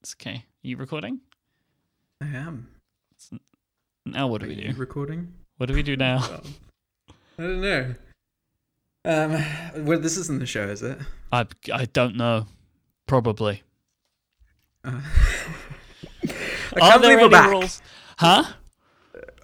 It's okay. Are you recording? I am. Now what do Are we you do? recording? What do we do now? Oh. I don't know. Um, well, this isn't the show, is it? I I don't know. Probably. I can't believe we're back. Huh?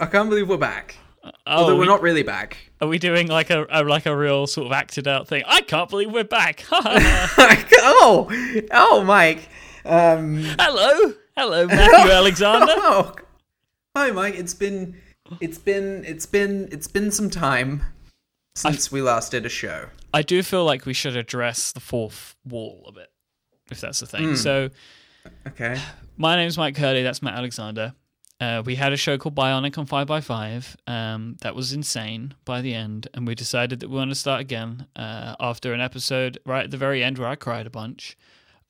I can't believe we're back. Oh, Although we, we're not really back. are we doing like a, a like a real sort of acted out thing? I can't believe we're back. oh, oh, Mike. Um, hello, hello, Matthew Alexander. oh, hi, Mike. It's been, it's been, it's been, it's been some time since we last did a show. I do feel like we should address the fourth wall a bit, if that's the Hmm. thing. So Okay. my name's Mike Curley. That's Matt Alexander. Uh, we had a show called Bionic on 5x5. Um, that was insane by the end. And we decided that we want to start again uh, after an episode right at the very end where I cried a bunch.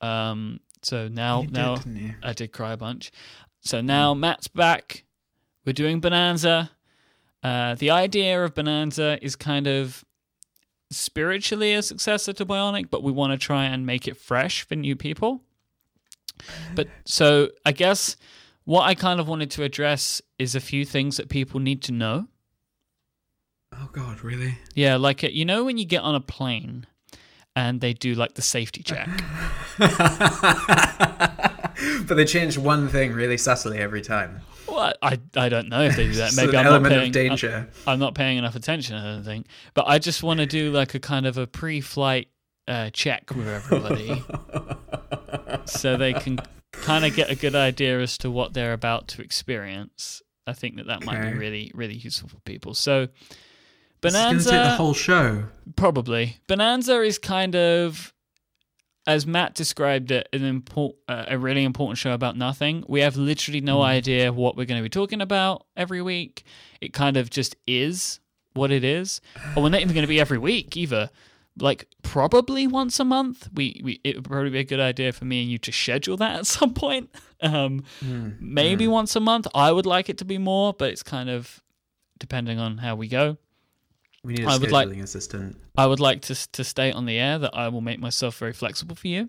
Um, so now, You did, now didn't you? I did cry a bunch. So now Matt's back. We're doing Bonanza. Uh, the idea of Bonanza is kind of spiritually a successor to Bionic, but we want to try and make it fresh for new people. But so I guess what I kind of wanted to address is a few things that people need to know. Oh God, really? Yeah, like uh, you know when you get on a plane and they do like the safety check. but they changed one thing really subtly every time. Well, I I don't know if they do that. It's Maybe an I'm element not of paying, danger. I, am not paying enough attention. I don't think. But I just want to do like a kind of a pre-flight uh, check with everybody, so they can kind of get a good idea as to what they're about to experience. I think that that might Okay. be really really useful for people. So. It's gonna take the Bonanza whole show. Probably. Bonanza is kind of, as Matt described it, an import, uh, a really important show about nothing. We have literally no idea what we're going to be talking about every week. It kind of just is what it is. And we're not even going to be every week either. Like probably once a month. We, we it would probably be a good idea for me and you to schedule that at some point. Um, maybe once a month. I would like it to be more, but it's kind of depending on how we go. We need a I would scheduling like- assistant. I would like to to state on the air that I will make myself very flexible for you.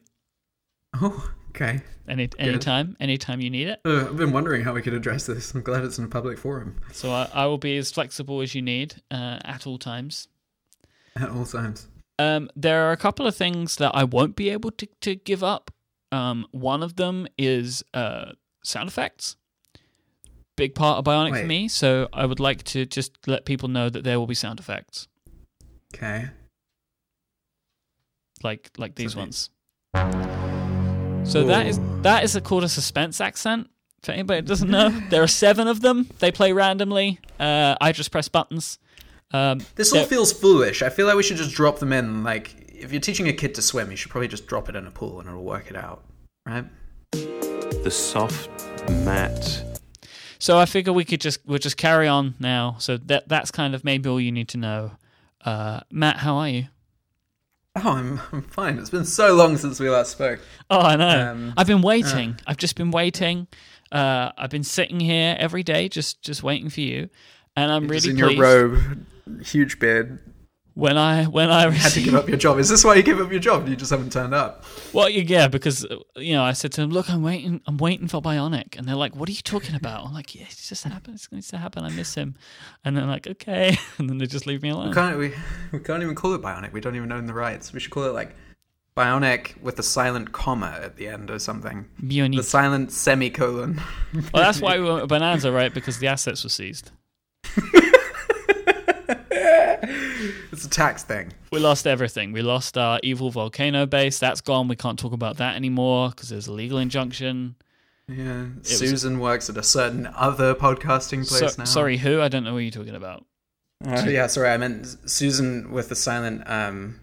Oh, okay. Any anytime, anytime you need it. Uh, I've been wondering how we could address this. I'm glad it's in a public forum So I, I will be as flexible as you need uh, at all times. at all times. Um, there are a couple of things that I won't be able to to give up. Um, one of them is uh, sound effects. Big part of Bionic Wait. for me, so I would like to just let people know that there will be sound effects Okay. like like these Sorry. ones. So that is Ooh. that is a called a suspense accent. For anybody that doesn't know, there are seven of them. They play randomly. Uh, I just press buttons. Um, This there- all feels foolish. I feel like we should just drop them in. Like, if you're teaching a kid to swim, you should probably just drop it in a pool and it'll work it out, right? the soft, matte So I figure we could just we'll just carry on now. So that that's kind of maybe all you need to know. Uh, Matt, how are you? Oh, I'm, I'm fine. It's been so long since we last spoke. Oh, I know. Um, I've been waiting. I've just been waiting. Uh, I've been sitting here every day, just just waiting for you. And I'm Just really in pleased your robe, huge beard. when I when I Had to receive give up your job. Is this why you gave up your job? You just haven't turned up. Well, you- yeah, because uh, you know, I said to them, "Look, I'm waiting. I'm waiting for Bionic," and they're like, "What are you talking about?" I'm like, "Yeah, it just happened. It's going to happen. I miss him," and they're like, "Okay," and then they just leave me alone. Can't we? We can't even call it bionic. We don't even own the rights. We should call it like bionic with a silent comma at the end or something. Bionic. The silent semicolon. Well, that's why we went with Bonanza, right? Because the assets were seized. It's a tax thing. We lost everything. We lost our evil volcano base. That's gone. We can't talk about that anymore because there's a legal injunction. Yeah. Susan works at a certain other podcasting So, place now. sorry, who? I don't know what you're talking about. Uh, yeah, sorry. I meant Susan with the silent um,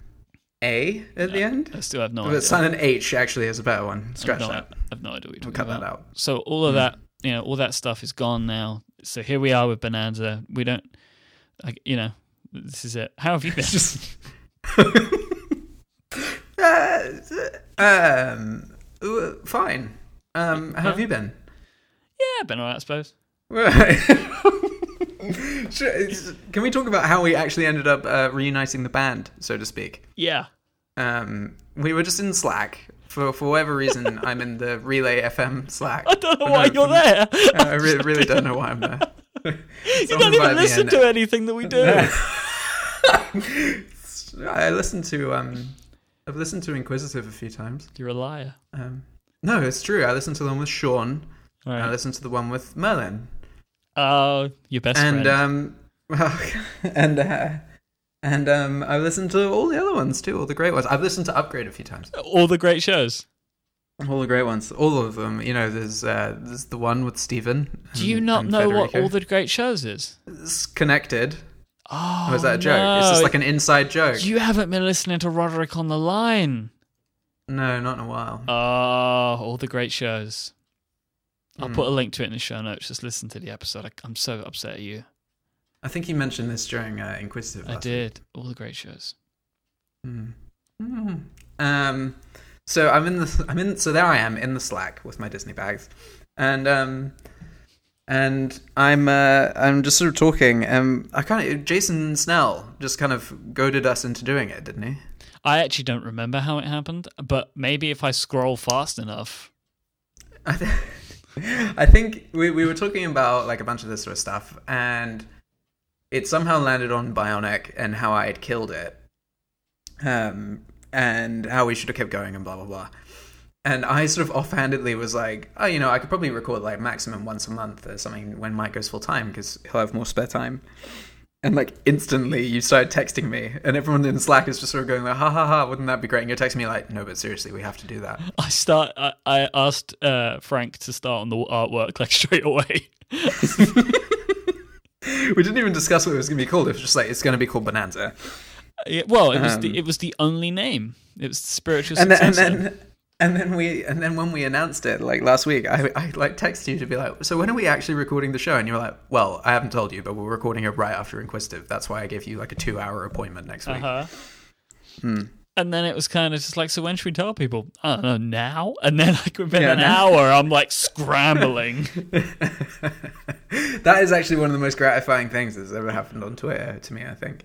A at the end. I still have no idea. But silent H actually is a better one. I've Scratch no, that. I've no idea what you're talking Cut about. that out. Hmm. So all of that, you know, all that stuff is gone now. So here we are with Bonanza. We don't, like, you know, this is it. How have you been? Just. uh, um, w- fine. Um, how have you been? yeah, been all right, I suppose. Sure, it's- Can we talk about how we actually ended up uh, reuniting the band, so to speak? Yeah. Um, we were just in Slack For for whatever reason, I'm in the Relay FM Slack. I don't know why you're mm. there. I re- really don't know why I'm there. you don't even listen to anything that we do. it. I listened to um, I've listened to Inquisitive a few times. You're a liar. Um, no, it's true. I listened to the one with Sean. All and I right. listened to the one with Merlin. Oh, your best and friend. um and uh and um I've listened to all the other ones too, all the great ones. I've listened to Upgrade a few times. All the great shows. All the great ones, all of them. You know, there's uh there's the one with Stephen. Do you not know what all the great shows is? It's connected? Oh, Or is that a joke? No. It's just like an inside joke. You haven't been listening to Roderick on the line. No, not in a while. Oh, all the great shows. I'll Hmm. put a link to it in the show notes. Just listen to the episode. I, I'm so upset at you. I think you mentioned this during uh, Inquisitive. I last did. All the great shows. Mm. Um, so I'm in the I'm in so there I am in the Slack with my Disney bags, and um, and I'm uh, I'm just sort of talking. Um, I kind of Jason Snell just kind of goaded us into doing it, didn't he? I actually don't remember how it happened, but maybe if I scroll fast enough. I, th- I think we we were talking about like a bunch of this sort of stuff, and it somehow landed on Bionic and how I had killed it, um, and how we should have kept going and blah blah blah. And I sort of offhandedly was like, oh, you know, I could probably record like maximum once a month or something when Mike goes full time because he'll have more spare time. And like instantly, you started texting me, and everyone in Slack is just sort of going like, ha ha ha, wouldn't that be great? And you're texting me like, no, but seriously, we have to do that. I start. I, I asked uh, Frank to start on the artwork like straight away. We didn't even discuss what it was going to be called. It was just like it's going to be called Bonanza, Yeah, well, it was the it was the only name. It was the spiritual and then and successor. then and then we and then when we announced it like last week, I I like texted you to be like, so when are we actually recording the show? And you were like, well, I haven't told you, but we're recording it right after Inquisitive. That's why I gave you like a two-hour appointment next week. Uh-huh. Hmm. And then it was kind of just like, so when should we tell people? I don't know, now? And then like within Yeah, an now. hour, I'm like scrambling. That is actually one of the most gratifying things that's ever happened on Twitter to me. I think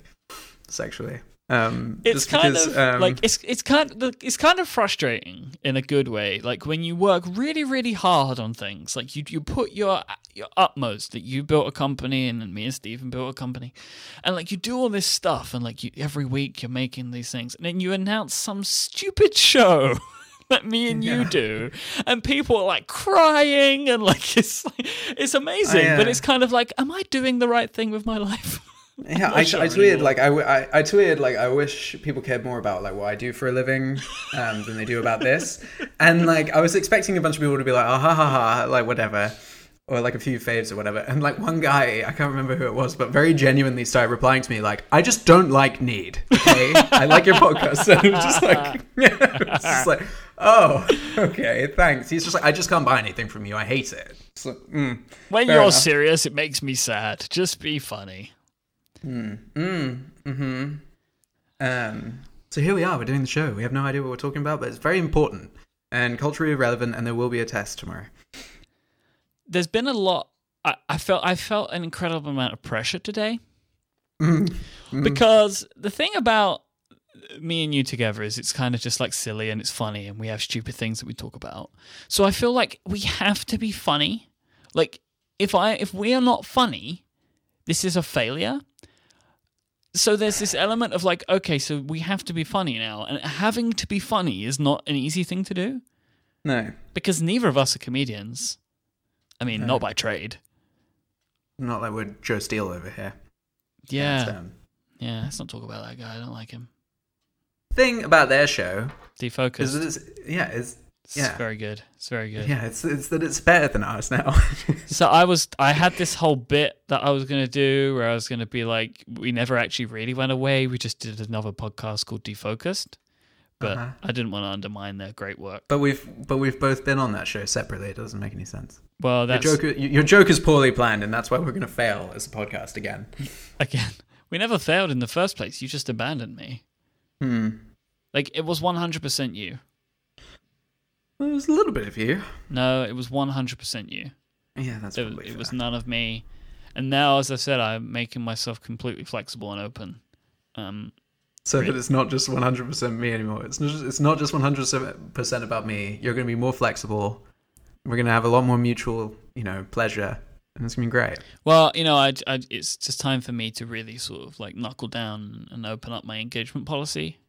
sexually, um, it's just kind because of um, like it's it's kind of, it's kind of frustrating in a good way. Like when you work really really hard on things, like you you put your your utmost that you built a company and me and Stephen built a company, and like you do all this stuff and like you every week you're making these things, and then you announce some stupid show. That me and you Yeah. do, and people are like crying and like it's it's amazing, but uh, it's kind of like, am I doing the right thing with my life? Yeah, I, sure I anymore. tweeted like I, w- I- I tweeted like I wish people cared more about like what I do for a living um, than they do about this, and like I was expecting a bunch of people to be like oh, ha ha ha like whatever, or like a few faves or whatever, and like one guy I can't remember who it was, but very genuinely started replying to me like I just don't like need. Okay, I like your podcast. And it was just like it was just like oh okay thanks. He's just like I just can't buy anything from you. I hate it. It's like, mm. When Fair you're enough. serious, it makes me sad. Just be funny. Um, so here we are. We're doing the show. We have no idea what we're talking about, but it's very important and culturally relevant. And there will be a test tomorrow. There's been a lot. I, I felt I felt an incredible amount of pressure today because the thing about me and you together is it's kind of just like silly and it's funny and we have stupid things that we talk about. So I feel like we have to be funny. Like if I if we are not funny, this is a failure. So there's this element of like okay, so we have to be funny now and having to be funny is not an easy thing to do. No, because neither of us are comedians. I mean, not by trade. not like we're Joe Steele over here. Yeah, Um, yeah. Let's not talk about that guy. I don't like him. thing about their show is Defocus. that it's yeah, it's It's yeah. very good. It's very good. yeah, it's, it's that it's better than ours now. So I was, I had this whole bit that I was gonna do where I was gonna be like, we never actually really went away. We just did another podcast called Defocused, but Uh-huh. I didn't want to undermine their great work. but we've but we've both been on that show separately. It doesn't make any sense. Well, Your that's joke, y- your joke is poorly planned, and that's why we're going to fail as a podcast again. again. We never failed in the first place. You just abandoned me. Hmm. Like it was one hundred percent you. Well, there's a little bit of you. No, it was one hundred percent you. Yeah, that's it, was- probably it fair. was none of me. And now, as I said, I'm making myself completely flexible and open. Um, so that it's not just 100% me anymore. It's not just, it's not just 100% about me. You're going to be more flexible. We're going to have a lot more mutual, you know, pleasure, and it's going to be great. Well, you know, I, I, it's just time for me to really sort of like knuckle down and open up my engagement policy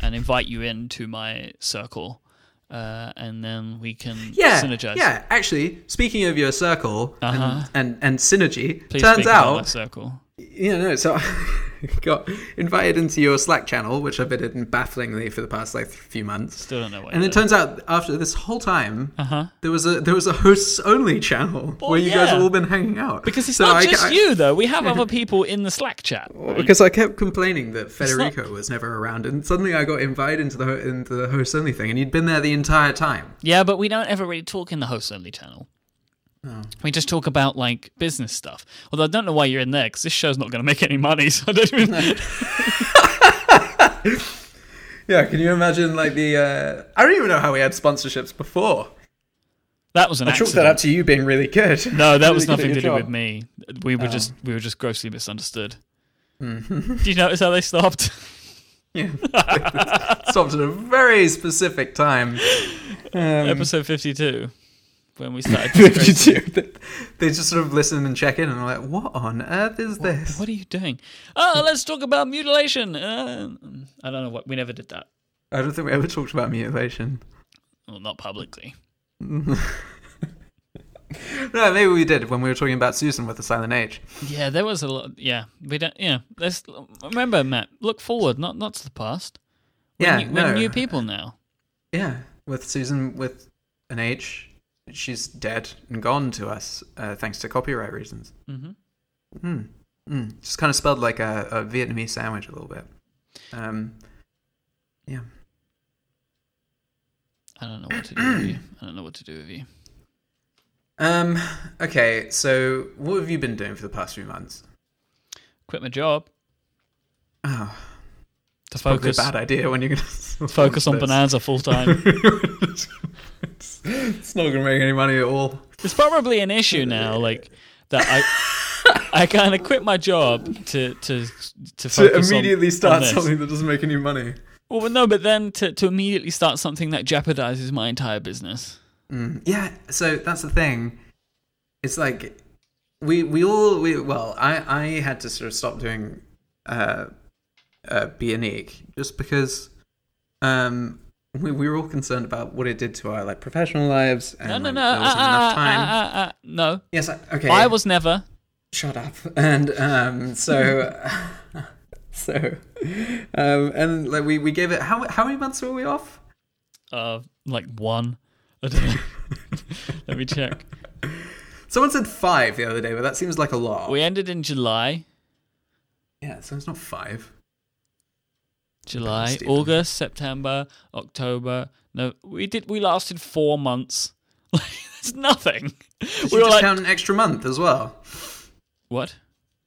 and invite you into my circle. Uh, and then we can Yeah, synergize. yeah. Actually, speaking of your circle and- Uh-huh. and, and synergy, Please turns speak about out my circle. Yeah, no, so I got invited into your Slack channel, which I've been in bafflingly for the past like few months. Still don't know what. And you it turns out after this whole time, uh huh. there was a there was a hosts only channel Well, where you guys yeah. have all been hanging out. Because it's So not I- just I- you though. We have other people in the Slack chat. Because I kept complaining that not- Federico was never around, and suddenly I got invited into the ho- into the host only thing, and you'd been there the entire time. Yeah, but we don't ever really talk in the host only channel. Oh. We just talk about like business stuff. Although I don't know why you're in there because this show's not going to make any money. So I don't even. Yeah, can you imagine like the? Uh, I don't even know how we had sponsorships before. That was an I chalked accident. that up to you being really good. No, that Really was good at nothing your to do job. Oh. with me. We were just we were just grossly misunderstood. Mm-hmm. Do you notice how they stopped? Yeah. Stopped at a very specific time. Um, Episode fifty-two, when we started. disgracing- they just sort of listen and check in and are like, what on earth is this? what are you doing? Oh, let's talk about mutilation. Uh, I don't know what we never did that. I don't think we ever talked about mutilation. Well, not publicly. No, maybe we did when we were talking about Susan with the silent H. Yeah, there was a lot. Yeah, we don't. Yeah, let's remember, Matt. Look forward, not not to the past. We're Yeah, new- no. we're new people now. Yeah, with Susan with an H. She's dead and gone to us, uh, thanks to copyright reasons. Mhm. Mm. Mm. Just kind of spelled like a, a Vietnamese sandwich a little bit. Um, yeah. I don't know what to do with you. I don't know what to do with you. Um. Okay. So, what have you been doing for the past few months? Quit my job Oh, to probably a focus bad idea when you're gonna focus on this. Bonanza full time. it's not gonna make any money at all. it's probably an issue now, like that. I I kind of quit my job to to to To focus on- immediately on start this. something that doesn't make any money. Well, no, but then to to immediately start something that jeopardizes my entire business. Mm, Yeah. So that's the thing. It's like we we all we well I I had to sort of stop doing uh uh Bionic just because um we, we were all concerned about what it did to our like professional lives and No, no, no, like, Oh there wasn't uh, enough uh, time. uh, uh, uh, no. Yes, I- okay. I was never. shut up. And um, so, so, um, and like we, we gave it how how many months were we off? uh, like one. I don't know. Let me check. Someone said five the other day, but that seems like a lot. We ended in July, yeah, so it's not five. July, Stephen. August, September, October. No, we did. We lasted four months. Like it's nothing. Did we you were just like count an extra month as well? what?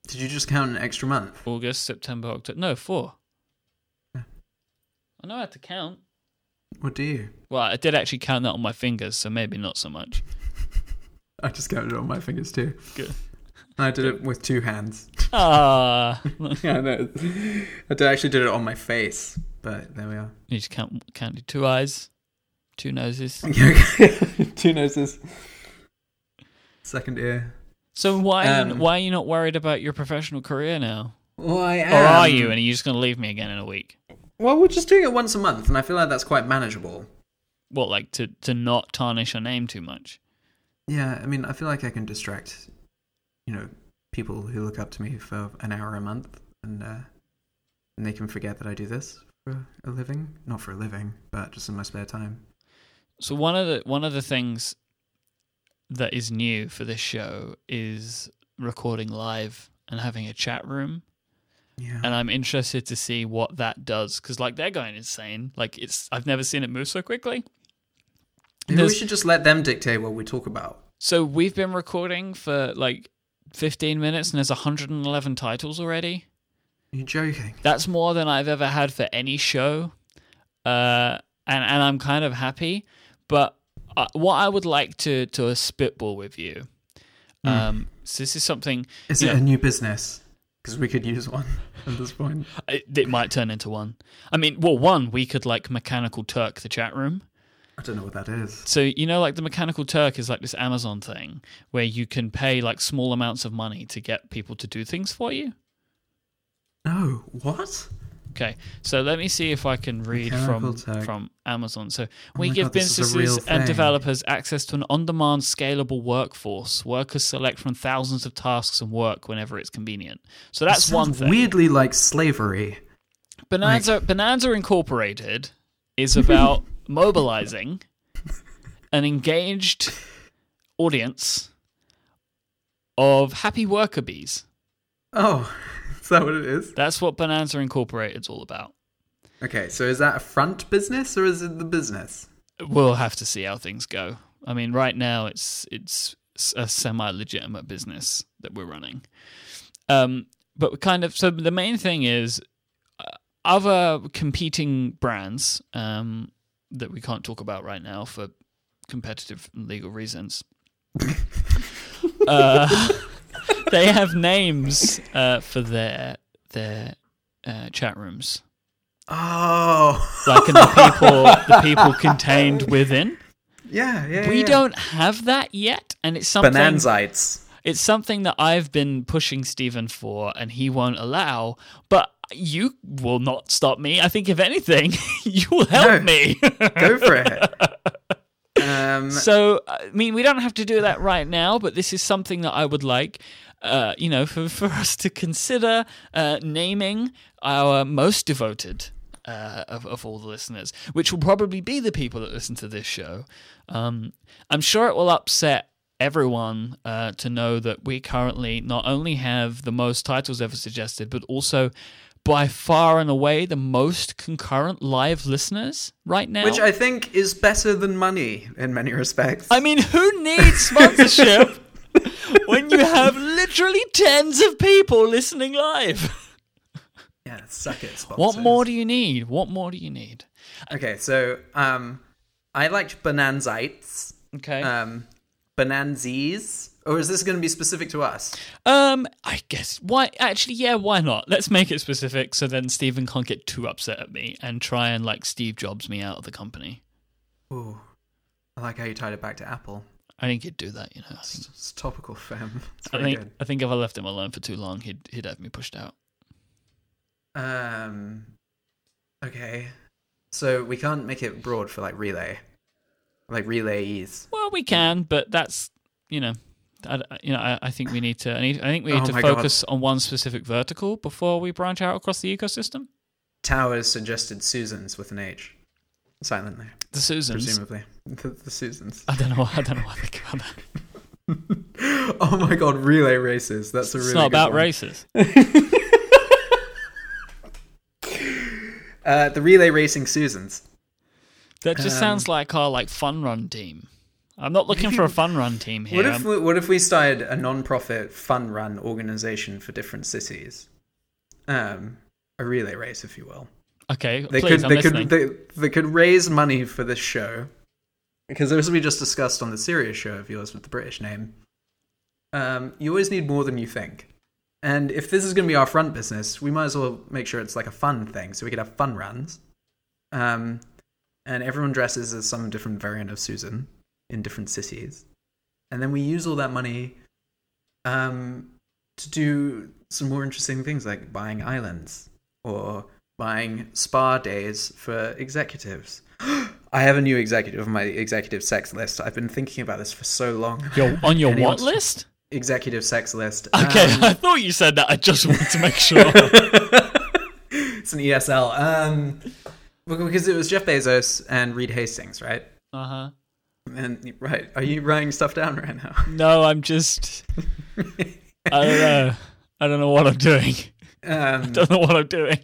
Did you just count an extra month? August, September, October. No, four. I know how to count. What do you? Well, I did actually count that on my fingers, so maybe not so much. I just counted it on my fingers too. Good. I did it with two hands. Ah, yeah, I know. I did- actually did it on my face, but there we are. you just count counted two eyes, two noses. two noses. Second ear. So why are you- Um, why are you not worried about your professional career now? Well, I am. Or are you? And you're just going to leave me again in a week? Well, we're just doing it once a month, and I feel like that's quite manageable. What, like to, to not tarnish your name too much? Yeah, I mean, I feel like I can distract, you know, people who look up to me for an hour a month, and uh, and they can forget that I do this for a living. Not for a living, but just in my spare time. So one of the one of the things that is new for this show is recording live and having a chat room. Yeah. And I'm interested to see what that does because like they're going insane. Like it's I've never seen it move so quickly. Maybe we there's- should just let them dictate what we talk about. So we've been recording for like 15 minutes and there's 111 titles already. Are you joking? That's more than I've ever had for any show, uh, and and I'm kind of happy. But uh, what I would like to to spitball with you, um, so this is something. Is Yeah. it a new business? because we could use one at this point. It, it uh, might turn into one. I mean, well, one we could like mechanical Turk the chat room. I don't know what that is. So you know, like the mechanical Turk is like this Amazon thing where you can pay like small amounts of money to get people to do things for you. No, what? Okay, so let me see if I can read Mechanical from Turk. from Amazon. So we my give God, this is a businesses real and thing. developers access to an on-demand, scalable workforce. Workers select from thousands of tasks and work whenever it's convenient. So that's Sounds one thing. Weirdly, like slavery. Bonanza Bonanza Incorporated is about mobilizing an engaged audience of happy worker bees. Oh, is that what it is? That's what Bonanza Incorporated's all about. Okay, so is that a front business or is it the business? We'll have to see how things go. I mean, right now it's it's a semi-legitimate business that we're running. Um, but kind of so the main thing is uh, other competing brands um, that we can't talk about right now for competitive and legal reasons. uh, they have names uh, for their their uh, chat rooms, Oh, like in the people the people contained within. yeah, yeah. We yeah. don't have that yet, and it's something Bonanzites. it's something that I've been pushing Stephen for, and he won't allow. But you will not stop me. I think if anything, you will help No. me. Go for it. Um, so uh, I mean, we don't have to do that right now, but this is something that I would like. Uh, you know, for, for us to consider uh, naming our most devoted uh, of, of all the listeners, which will probably be the people that listen to this show. Um, I'm sure it will upset everyone uh, to know that we currently not only have the most titles ever suggested, but also by far and away the most concurrent live listeners right now. which I think is better than money in many respects. I mean, who needs sponsorship when you have literally tens of people listening live? yeah, suck it. Sponsors. What more do you need? What more do you need? Okay, so um, I liked Bonanzites. Okay. Um, Bonanzies, or is this going to be specific to us? Um, I guess why actually, yeah, why not? Let's make it specific so then Stephen can't get too upset at me and try and like Steve Jobs me out of the company. Ooh, I like how you tied it back to Apple. I think he'd do that, you know. I think, It's, it's topical, fam. It's I very think, good. I think if I left him alone for too long, he'd he'd have me pushed out. Um, okay, so we can't make it broad for like relay, like relays. Well, we can, but that's you know, I, I- you know, I, I think we need to. I, need, I think we need Oh to my God. focus on one specific vertical before we branch out across the ecosystem. Towers suggested Susans with an H, silently, The Susans. presumably. The, the Susans. I don't know. I don't know what I think about that. Oh my god, relay races. That's a really it's not good about one. races. Uh, the relay racing Susans. That Um, just sounds like our like fun run team. I'm not looking for a fun run team here. What if I'm- we, what if we started a non-profit fun run organization for different cities? Um, a relay race, if you will. okay, They please, could I'm they listening. could they, they could raise money for this show because as we just discussed on the serious show of yours with the British name, um, you always need more than you think. And if this is going to be our front business, we might as well make sure it's like a fun thing, so we could have fun runs. Um, and everyone dresses as some different variant of Susan in different cities, and then we use all that money um, to do some more interesting things like buying islands or buying spa days for executives. I have a new executive on my executive sex list. I've been thinking about this for so long. You're on your Anyone- what list? Executive sex list. Okay, Um, I thought you said that. I just wanted to make sure. it's an ESL. Um, because it was Jeff Bezos and Reed Hastings, right? Uh huh. And right, are you writing stuff down right now? No, I'm just. I don't know. I don't know what I'm doing. Um, Don't know what I'm doing.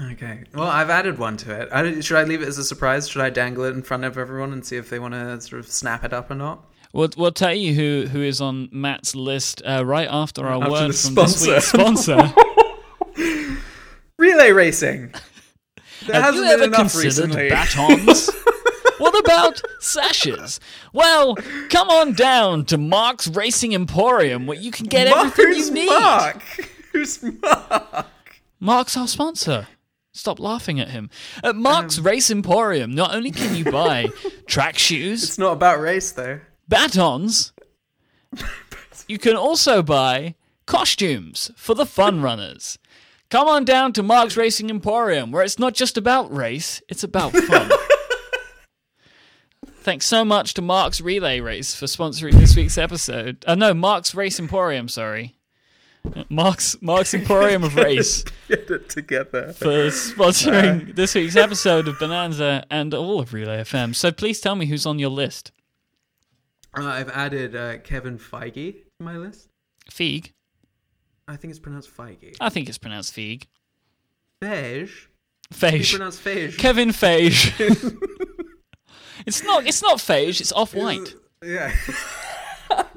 okay. Well, I've added one to it. I, don't- should I leave it as a surprise? Should I dangle it in front of everyone and see if they want to sort of snap it up or not? We'll, we'll tell you who, who is on Matt's list uh, right after our After word the from this sponsor. week's sponsor. Relay racing. There Have you hasn't been ever enough considered recently. batons? what about sashes? Well, come on down to Mark's Racing Emporium where you can get everything Who's you need. Mark? Who's Mark? Mark's our sponsor. Stop laughing at him. At Mark's Um. Race Emporium, not only can you buy track shoes, It's not about race though. batons, you can also buy costumes for the fun runners. Come on down to Mark's Racing Emporium, where it's not just about race, it's about fun. Thanks so much to Mark's Relay Race for sponsoring this week's episode. Uh, no, Mark's Race Emporium, sorry. Mark's Mark's Emporium of Race Get it together. for sponsoring this week's episode of Bonanza and all of Relay FM. So please tell me who's on your list. Uh, I've added uh, Kevin Feige to my list. Feig. I think it's pronounced Feige. I think it's pronounced Feig. Feige. You Feige. pronounce Feige. Kevin Feige. it's not. It's not Feige. It's off white. Yeah.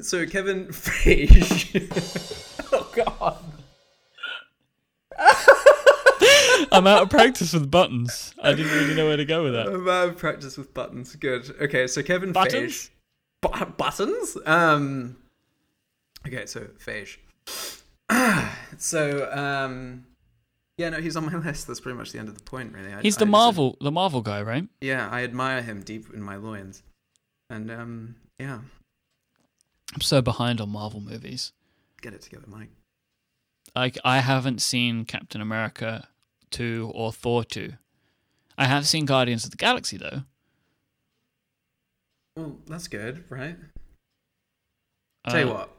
so Kevin Feige. oh God. I'm out of practice with buttons. I didn't really know where to go with that. I'm out of practice with buttons. Good. Okay, so Kevin Buttons? Feige. Bu- buttons? Um. Okay, so Feige. so um. Yeah, no, he's on my list. That's pretty much the end of the point, really. I, He's the I- Marvel. The Marvel guy, right? Yeah, I admire him deep in my loins, and um, yeah, I'm so behind on Marvel movies. get it together, Mike. Like I haven't seen Captain America two or Thor two. I have seen Guardians of the Galaxy though. Well, that's good, right? Tell you Uh, what,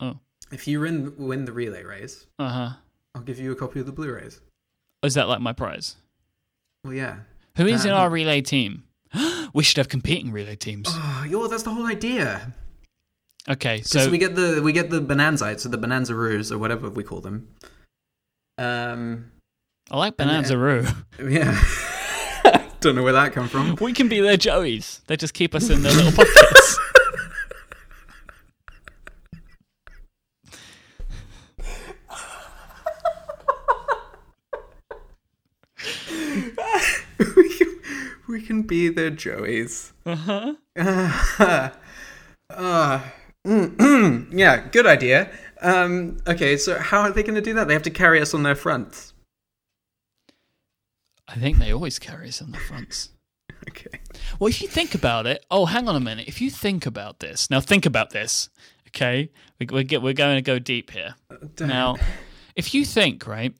Oh. if you win win the relay race, Uh huh. I'll give you a copy of the Blu-rays. Oh, Is that like my prize? Well, yeah. Who is in Um, our relay team? we should have competing relay teams. Oh, yo, that's the whole idea. Okay, so So we get the we get the bonanzites, so the bonanza roos or whatever we call them. Um, I like Bonanza Roo. yeah. Don't know where that come from. We can be their joeys. They just keep us in their little pockets. we, can, we can be their joeys. Uh-huh. Uh, uh, mm, mm, yeah, good idea. Um, okay, so how are they going to do that? They have to carry us on their fronts. I think they always carry us in the fronts. Okay. Well, if you think about it, oh, hang on a minute. If you think about this, now think about this, okay? We, we're, get, we're going to go deep here. Damn. Now, if you think, right,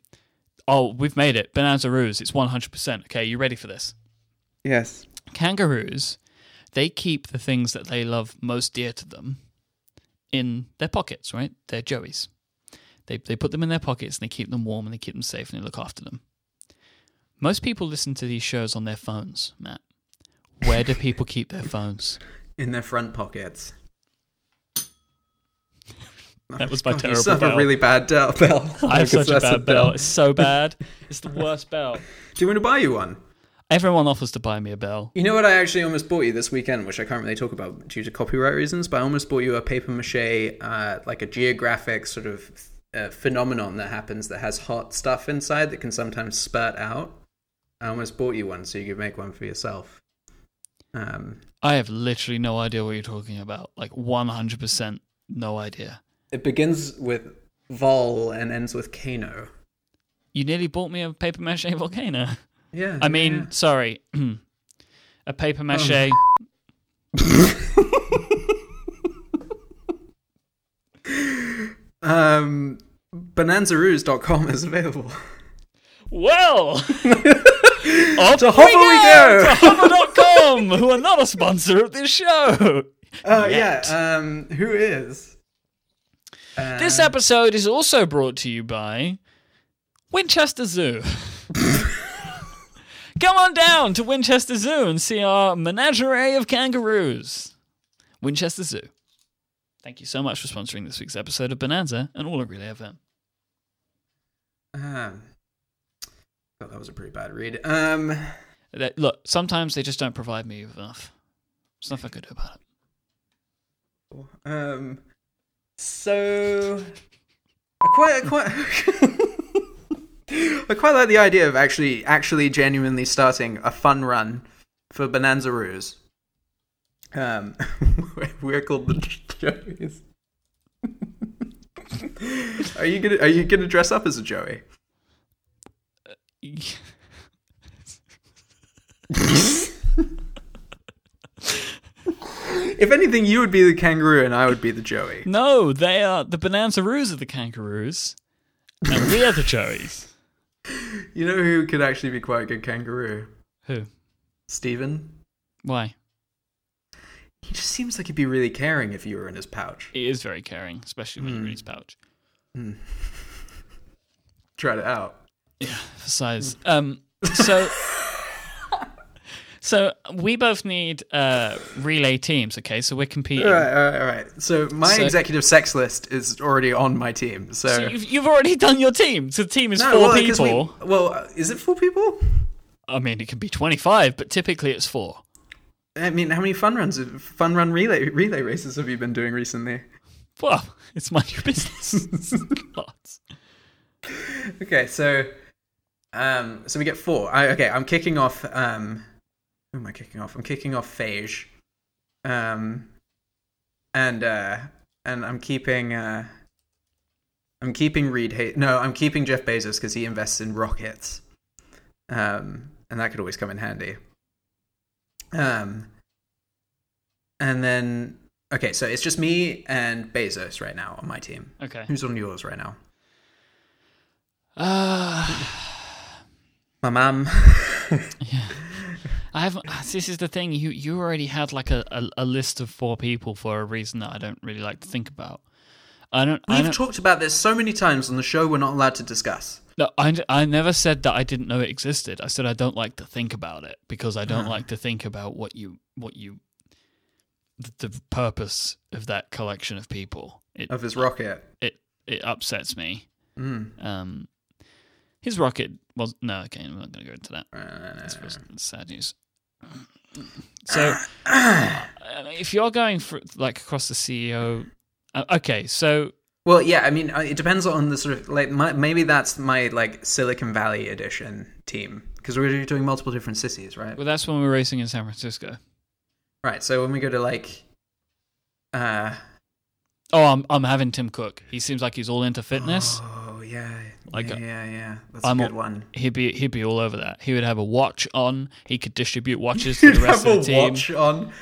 oh, we've made it. Bonanza Roos, it's 100%. Okay, you ready for this? Yes. Kangaroos, they keep the things that they love most dear to them in their pockets, right? They're joeys. They, they put them in their pockets and they keep them warm and they keep them safe and they look after them. Most people listen to these shows on their phones, Matt. Where do people keep their phones? In their front pockets. That was my God, Oh, you terrible still have bell. a really bad del- bell. I have such a That's bad bell. It's so bad. It's the worst bell. Do you want to buy you one? Everyone offers to buy me a bell. You know what I actually almost bought you this weekend, which I can't really talk about due to copyright reasons, but I almost bought you a paper mache, uh, like a geographic sort of uh, phenomenon that happens that has hot stuff inside that can sometimes spurt out. I almost bought you one so you could make one for yourself. Um, I have literally no idea what you're talking about. Like 100% no idea. it begins with vol and ends with Kano. You nearly bought me a paper mache volcano. Yeah. Um. I mean, sorry, a paper mache. yeah. um, bonanzaroos.com is available. Well, off To Hover we go! to hover.com, who are not a sponsor of this show. Oh, Yet. yeah. Um, who is? Uh, This episode is also brought to you by Winchester Zoo. Come on down to Winchester Zoo and see our menagerie of kangaroos. Winchester Zoo. Thank you so much for sponsoring this week's episode of Bonanza and all of Relay FM. Um, thought that was a pretty bad read. Um, That, look, sometimes they just don't provide me with enough. There's nothing I could do about it. um, so I quite, I quite, I quite like the idea of actually, actually, genuinely starting a fun run for Bonanza Roos. Um, we're called the Joeys. Are you gonna Are you gonna dress up as a Joey? If anything, you would be the kangaroo and I would be the Joey. no, they are the Bonanzaroos are the kangaroos, and we are the Joeys. You know who could actually be quite a good kangaroo? Who? Steven. Why? He just seems like he'd be really caring if you were in his pouch. He is very caring, especially Hmm. when you're in his pouch. Tried it out. for size. Um, so, so we both need uh, relay teams. Okay, so we're competing. All right, all right, all right. So my So- executive sex list is already on my team. So, So you've, you've already done your team. So the team is No, four well, 'cause we- people. well, uh, is it four people? I mean, it can be twenty-five, but typically it's four. I mean, how many fun runs, fun run relay relay races have you been doing recently? Well, it's mind your business. Lots. Okay, so, um, so we get four. I, okay, I'm kicking off. Um, who am I kicking off? I'm kicking off Phage, um, and uh, and I'm keeping. Uh, I'm keeping Reed. Hay- no, I'm keeping Jeff Bezos because he invests in rockets, um, and that could always come in handy. Um, and then okay, so it's just me and Bezos right now on my team. Okay. Who's on yours right now? Uh, My mum. yeah. I have. This is the thing. You you already had like a, a, a list of four people for a reason that I don't really like to think about. I don't. I We've don't, talked about this so many times on the show, we're not allowed to discuss. No, I, I never said that I didn't know it existed. I said I don't like to think about it because I don't like to think about what you what you the, the purpose of that collection of people. It Of his rocket. it it upsets me. Mm. Um, his rocket was no. Okay, I'm not going to go into that. Uh, That's was- that's sad news. So, uh, if you're going for like across the CEO, uh, okay, so well, yeah, I mean, uh, it depends on the sort of like my, maybe that's my like Silicon Valley edition team because we're doing multiple different cities, right? well, that's when we're racing in San Francisco. Right. So when we go to like, uh, Oh, I'm I'm having Tim Cook. He seems like he's all into fitness. oh yeah, Like, yeah, uh, yeah, yeah, that's I'm a a- good one. He'd be he'd be all over that. He would have a watch on. He could distribute watches to the rest of the team. watch on.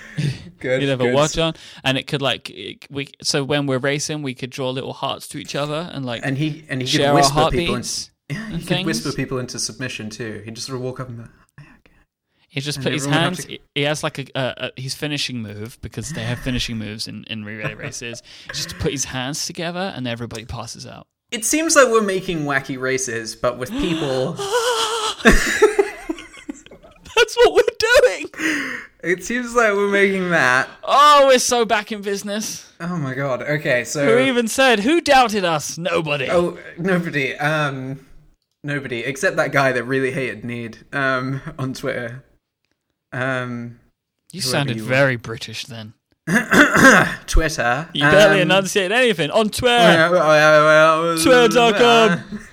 Good. He'd have good. a watch on, and it could like it, we. So when we're racing, we could draw little hearts to each other and like and he and he could share our whisper people. In, heartbeats. he and could whisper things. people into submission too. He'd just sort of walk up and. Be like, "Oh, yeah, okay." He just And put his everyone would hands. have to- He has like a, a, a his finishing move because they have finishing moves in in relay races. Just to put his hands together, and everybody passes out. It seems like we're making wacky races, but with people. That's what we're doing. it seems like we're making that. Oh, we're so back in business. Oh my god. Okay, Who so even said? Who doubted us? Nobody. Uh, oh nobody, um, nobody except that guy that really hated Need, um, on Twitter. Um, you sounded you were. very British then. Twitter. You barely um, enunciated anything on Twitter. Twitter.com. Twitter.com.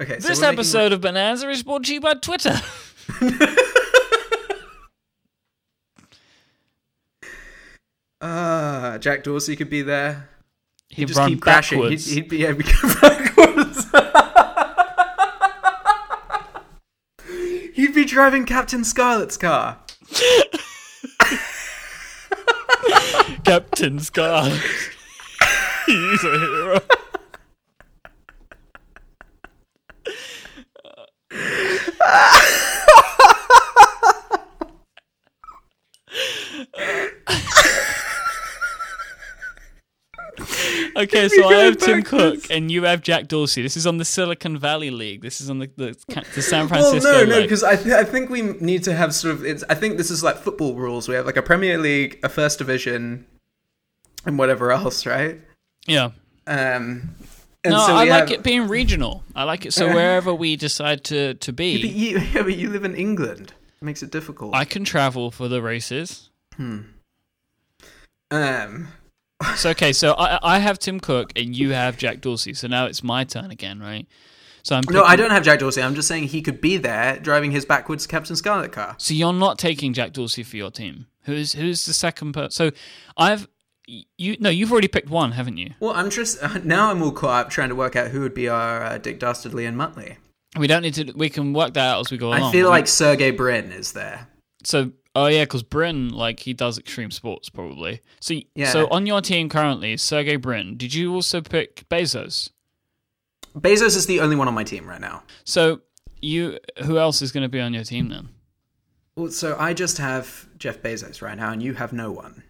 Okay, so This we're making- episode of Bonanza is brought to you by Twitter. Ah, Jack Dorsey could be there. He'd Just run keep crashing. He'd, backwards. he'd be yeah, he'd go backwards. he'd be driving Captain Scarlet's car. Captain Scar. He's a hero. okay, so I have Tim Cook and you have Jack Dorsey. This is on the Silicon Valley League. This is on the, the, Ca- the San Well, Francisco no, no, League. because I, th- I think we need to have sort of. It's, I think this is like football rules. We have like a Premier League, a First Division, and whatever else, right? yeah. Um, and No, so I we like have- Uh-huh. it being regional. I like it so wherever we decide to to But be, you, yeah, but you live in England. It makes it difficult. I can travel for the races. um, So okay, so I I have Tim Cook and you have Jack Dorsey. So now it's my turn again, right? So I'm no, picking- I don't have Jack Dorsey. I'm just saying he could be there driving his backwards Captain Scarlet car. So you're not taking Jack Dorsey for your team. Who's who's the second person? So I've you no, you've already picked one, haven't you? Well, I'm just now I'm all caught up trying to work out who would be our uh, Dick Dastardly and Muttley. We don't need to. We can work that out as we go along. I feel right? like Sergey Brin is there. so. Oh yeah, because Bryn like he does extreme sports probably. So Yeah. so on your team currently, Sergey Brin. Did you also pick Bezos? Bezos is the only one on my team right now. So you who else is going to be on your team then? Well, so I just have Jeff Bezos right now, and you have no one.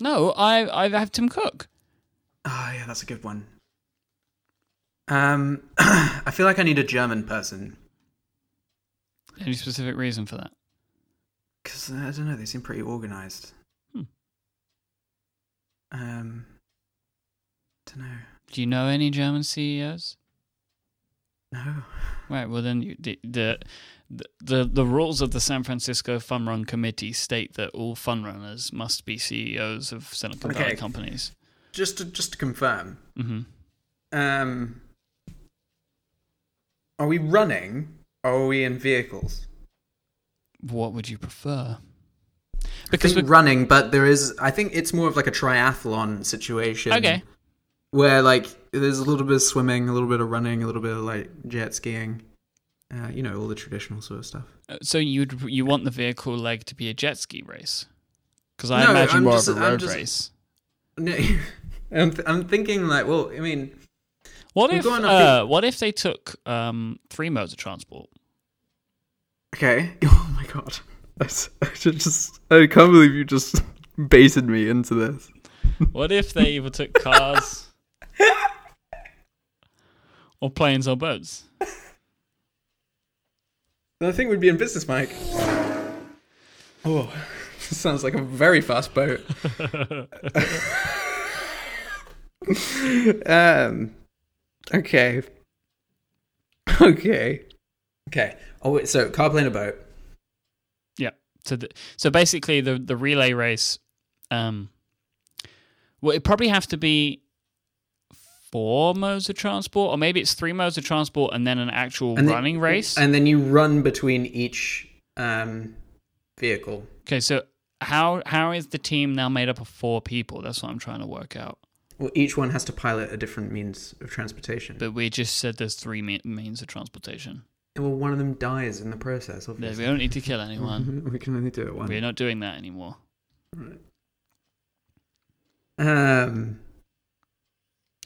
No, I I have Tim Cook. Oh, yeah, that's a good one. Um, I feel like I need a German person Any specific reason for that? because uh, I don't know. They seem pretty organized. Hmm. Um, don't know. Do you know any German CEOs? No. Right. Well, then you, the, the the the rules of the San Francisco Fun Run Committee state that all fun runners must be CEOs of Silicon Valley Okay. companies. Just to just to confirm, hmm um, are we running? Or are we in vehicles? What would you prefer? I Because think we running, but there is. I think it's more of like a triathlon situation. okay, where like there's a little bit of swimming, a little bit of running, a little bit of like jet skiing, uh, you know, all the traditional sort of stuff. Uh, so you'd you want the vehicle leg to be a jet ski race? Because I No, imagine I'm more just- of a I'm road just- race. No, I'm, th- I'm thinking like, well, I mean, What we're if going up uh, what if they took um, three modes of transport? okay. Oh my god, That's, I should just, I can't believe you just baited me into this. What if they either took cars or planes or boats? I think we'd be in business, Mike. Oh, sounds like a very fast boat. um, okay. Okay. Okay. Oh, wait, so car, plane, a boat. Yeah. So the, so basically the the relay race um well it'd probably have to be four modes of transport or maybe it's three modes of transport and then an actual And then- running race. And then you run between each um, vehicle. okay, so how how is the team now made up of four people? That's what I'm trying to work out. Well, each one has to pilot a different means of transportation. But we just said there's three me- means of transportation. well, one of them dies in the process, There, we obviously. Mm-hmm. don't need to kill anyone. We can only do it once. We're not doing that anymore. Um.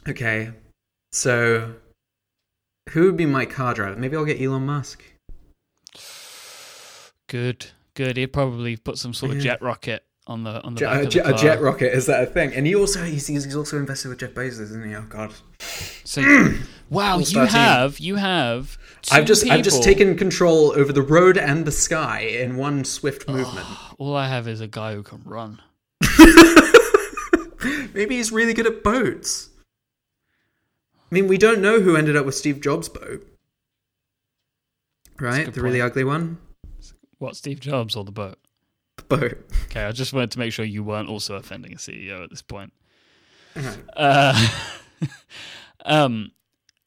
Okay, so who would be my car driver? Maybe I'll get Elon Musk. Good, good. He'd probably put some sort of Yeah. jet rocket on the on the Jet, back a, of the jet, a car. jet rocket is that a thing? And he also he's, he's also invested with Jeff Bezos, isn't he? Oh God, So, wow, you All-star team. have you have. two I've just I've people. just taken control over the road and the sky in one Oh. swift movement. All I have is a guy who can run. Maybe he's really good at boats. I mean, we don't know who ended up with Steve Jobs' boat, right? The good really point. ugly one, What Steve Jobs or the boat? the boat. Okay, I just wanted to make sure you weren't also offending a CEO at this point. Mm-hmm. Uh, um,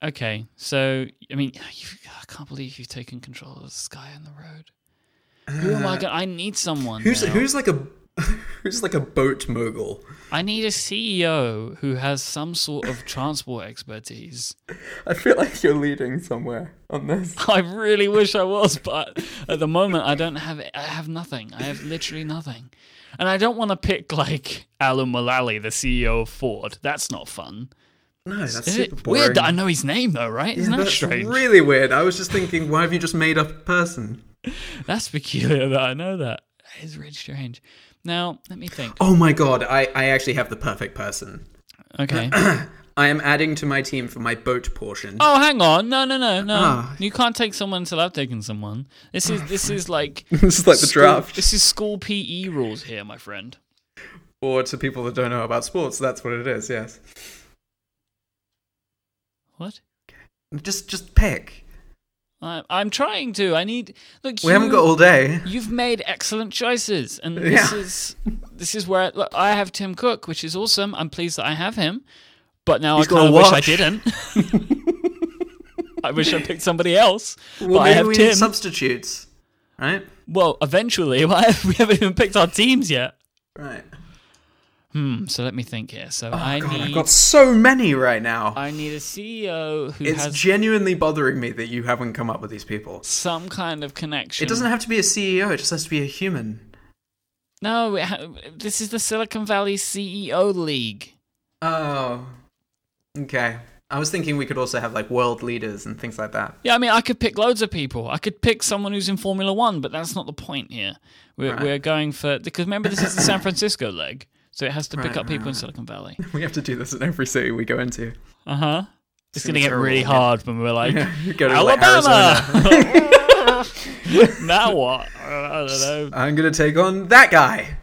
okay, so I mean, you, I can't believe you've taken control of the sky and the road. Who am I? Gonna, I need someone. Uh, Who's now. who's like a who's like a boat mogul? I need a CEO who has some sort of transport expertise. I feel like you're leading somewhere on this. I really wish I was, but at the moment I don't have I have nothing. I have literally nothing. And I don't want to pick like Alan Mulally, the CEO of Ford. That's not fun. No, that's Is super it boring. weird that I know his name though, right? Isn't that that's strange? really weird. I was just thinking, why have you just made up a person? That's peculiar that I know that. That is really strange. Now, let me think. Oh my god, I, I actually have the perfect person. Oh. Okay. I am adding to my team for my boat portion. Oh, hang on. No, no, no, no. Ah. You can't take someone until I've taken someone. This is this is like this is like the school- draft. This is school PE rules here, my friend. Or to people that don't know about sports, that's what it is, yes. What? Just just pick. I, I'm trying to. I need look. We haven't you- got all day. You've made excellent choices, and this Yeah. is this is where look, I have Tim Cook, which is awesome. I'm pleased that I have him, but now He's I kind gotta of wish I watch. didn't. I wish I picked somebody else, Well, but I maybe have we Tim. need substitutes, right? well, eventually, we haven't even picked our teams yet. Right. Hmm. So let me think here. So Oh, I God, need I've got so many right now. I need a CEO who it's has genuinely bothering me that you haven't come up with these people. some kind of connection. It doesn't have to be a CEO, it just has to be a human. No, it ha- this is the Silicon Valley CEO League. Oh. Okay. I was thinking we could also have like world leaders and things like that. Yeah, I mean, I could pick loads of people. I could pick someone who's in Formula One, but that's not the point here. We're, Right. we're going for because remember this is the San Francisco leg, so it has to pick Right, up people right, in right. Silicon Valley. We have to do this in every city we go into. Uh huh. It's gonna gonna be get terrible, really yeah. hard when we're like You go to like, Arizona. Alabama. now what? I don't know. I'm going to take on that guy.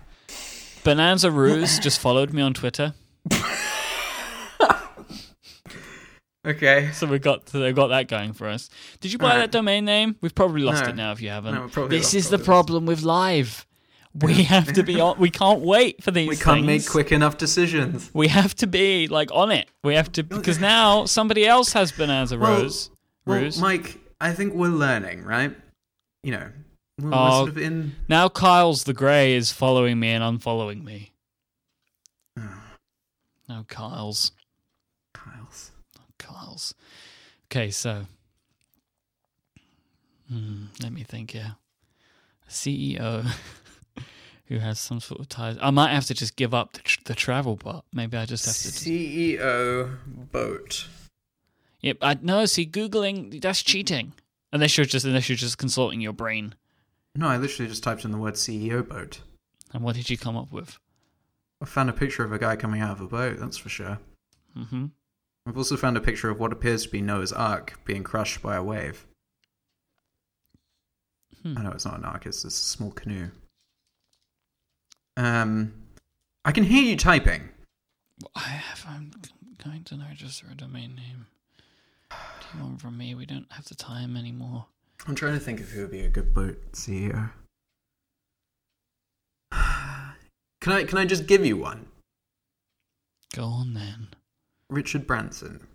Bonanza Ruse just followed me on Twitter, Okay. so we got we got that going for us. Did you buy Alright. that domain name? We've probably lost No. it now if you haven't. No, we probably this lost is all the of this. problem with live. We have to be on. We can't wait for these. We can't make things. quick enough decisions. We have to be like on it. We have to because now somebody else has Bonanza Well- Rose. Well, Ruse. Mike, I think we're learning, right? You know, we're, we're Oh. sort of in. now Kyle's the Grey is following me and unfollowing me. No, Kyle's. Kyle's. Kyle's. Okay, so. Hmm, let me think here. CEO E who has some sort of ties. I might have to just give up the, tr- the travel part. Maybe I just have to. CEO E boat. Yep. I no. See, googling that's cheating. Unless you're just unless you're just consulting your brain. No, I literally just typed in the word CEO boat. And what did you come up with? I found a picture of a guy coming out of a boat, that's for sure. hmm I've also found a picture of what appears to be Noah's Ark being crushed by a wave. Hmm. I know it's not an ark, it's just a small canoe. Um, I can hear you typing. I have. I'm going to register a domain name. What do you want from me? We don't have the time anymore. I'm trying to think of who would be a good boat E CEO. Can I can I just give you one? Go on then. Richard Branson.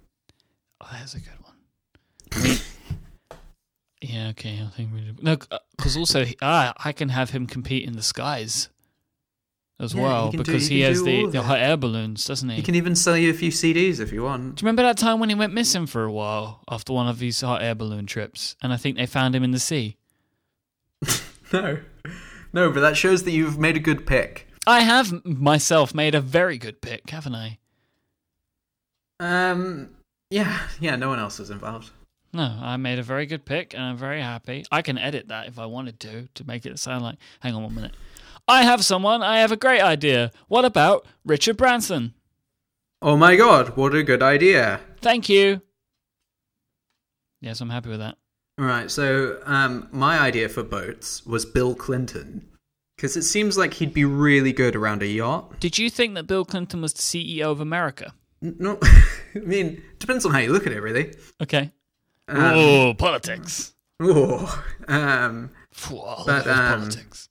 Oh, that's a good one. yeah. Okay. I think we. No, because also he- ah, I can have him compete in the skies as Yeah, he well can do- because he he, can has do the all the that. hot air balloons, doesn't he? He can even sell you a few CDs if you want. Do you remember that time when he went missing for a while after one of these hot air balloon trips? And I think they found him in the sea. No. No, but that shows that you've made a good pick. I have m- myself made a very good pick, haven't I? Um yeah, yeah, no one else was involved. No, I made a very good pick and I'm very happy. I can edit that if I wanted to to make it sound like, hang on one minute. I have someone, I have a great idea. What about Richard Branson? Oh my god, what a good idea. Thank you. Yes, I'm happy with that. Right, so um my idea for boats was Bill Clinton. Cuz it seems like he'd be really good around a yacht. Did you think that Bill Clinton was the CEO of America? N- No, I mean, depends on how you look at it, really. Okay. Um, oh, politics. ooh, um, Phew, all But, those um, politics.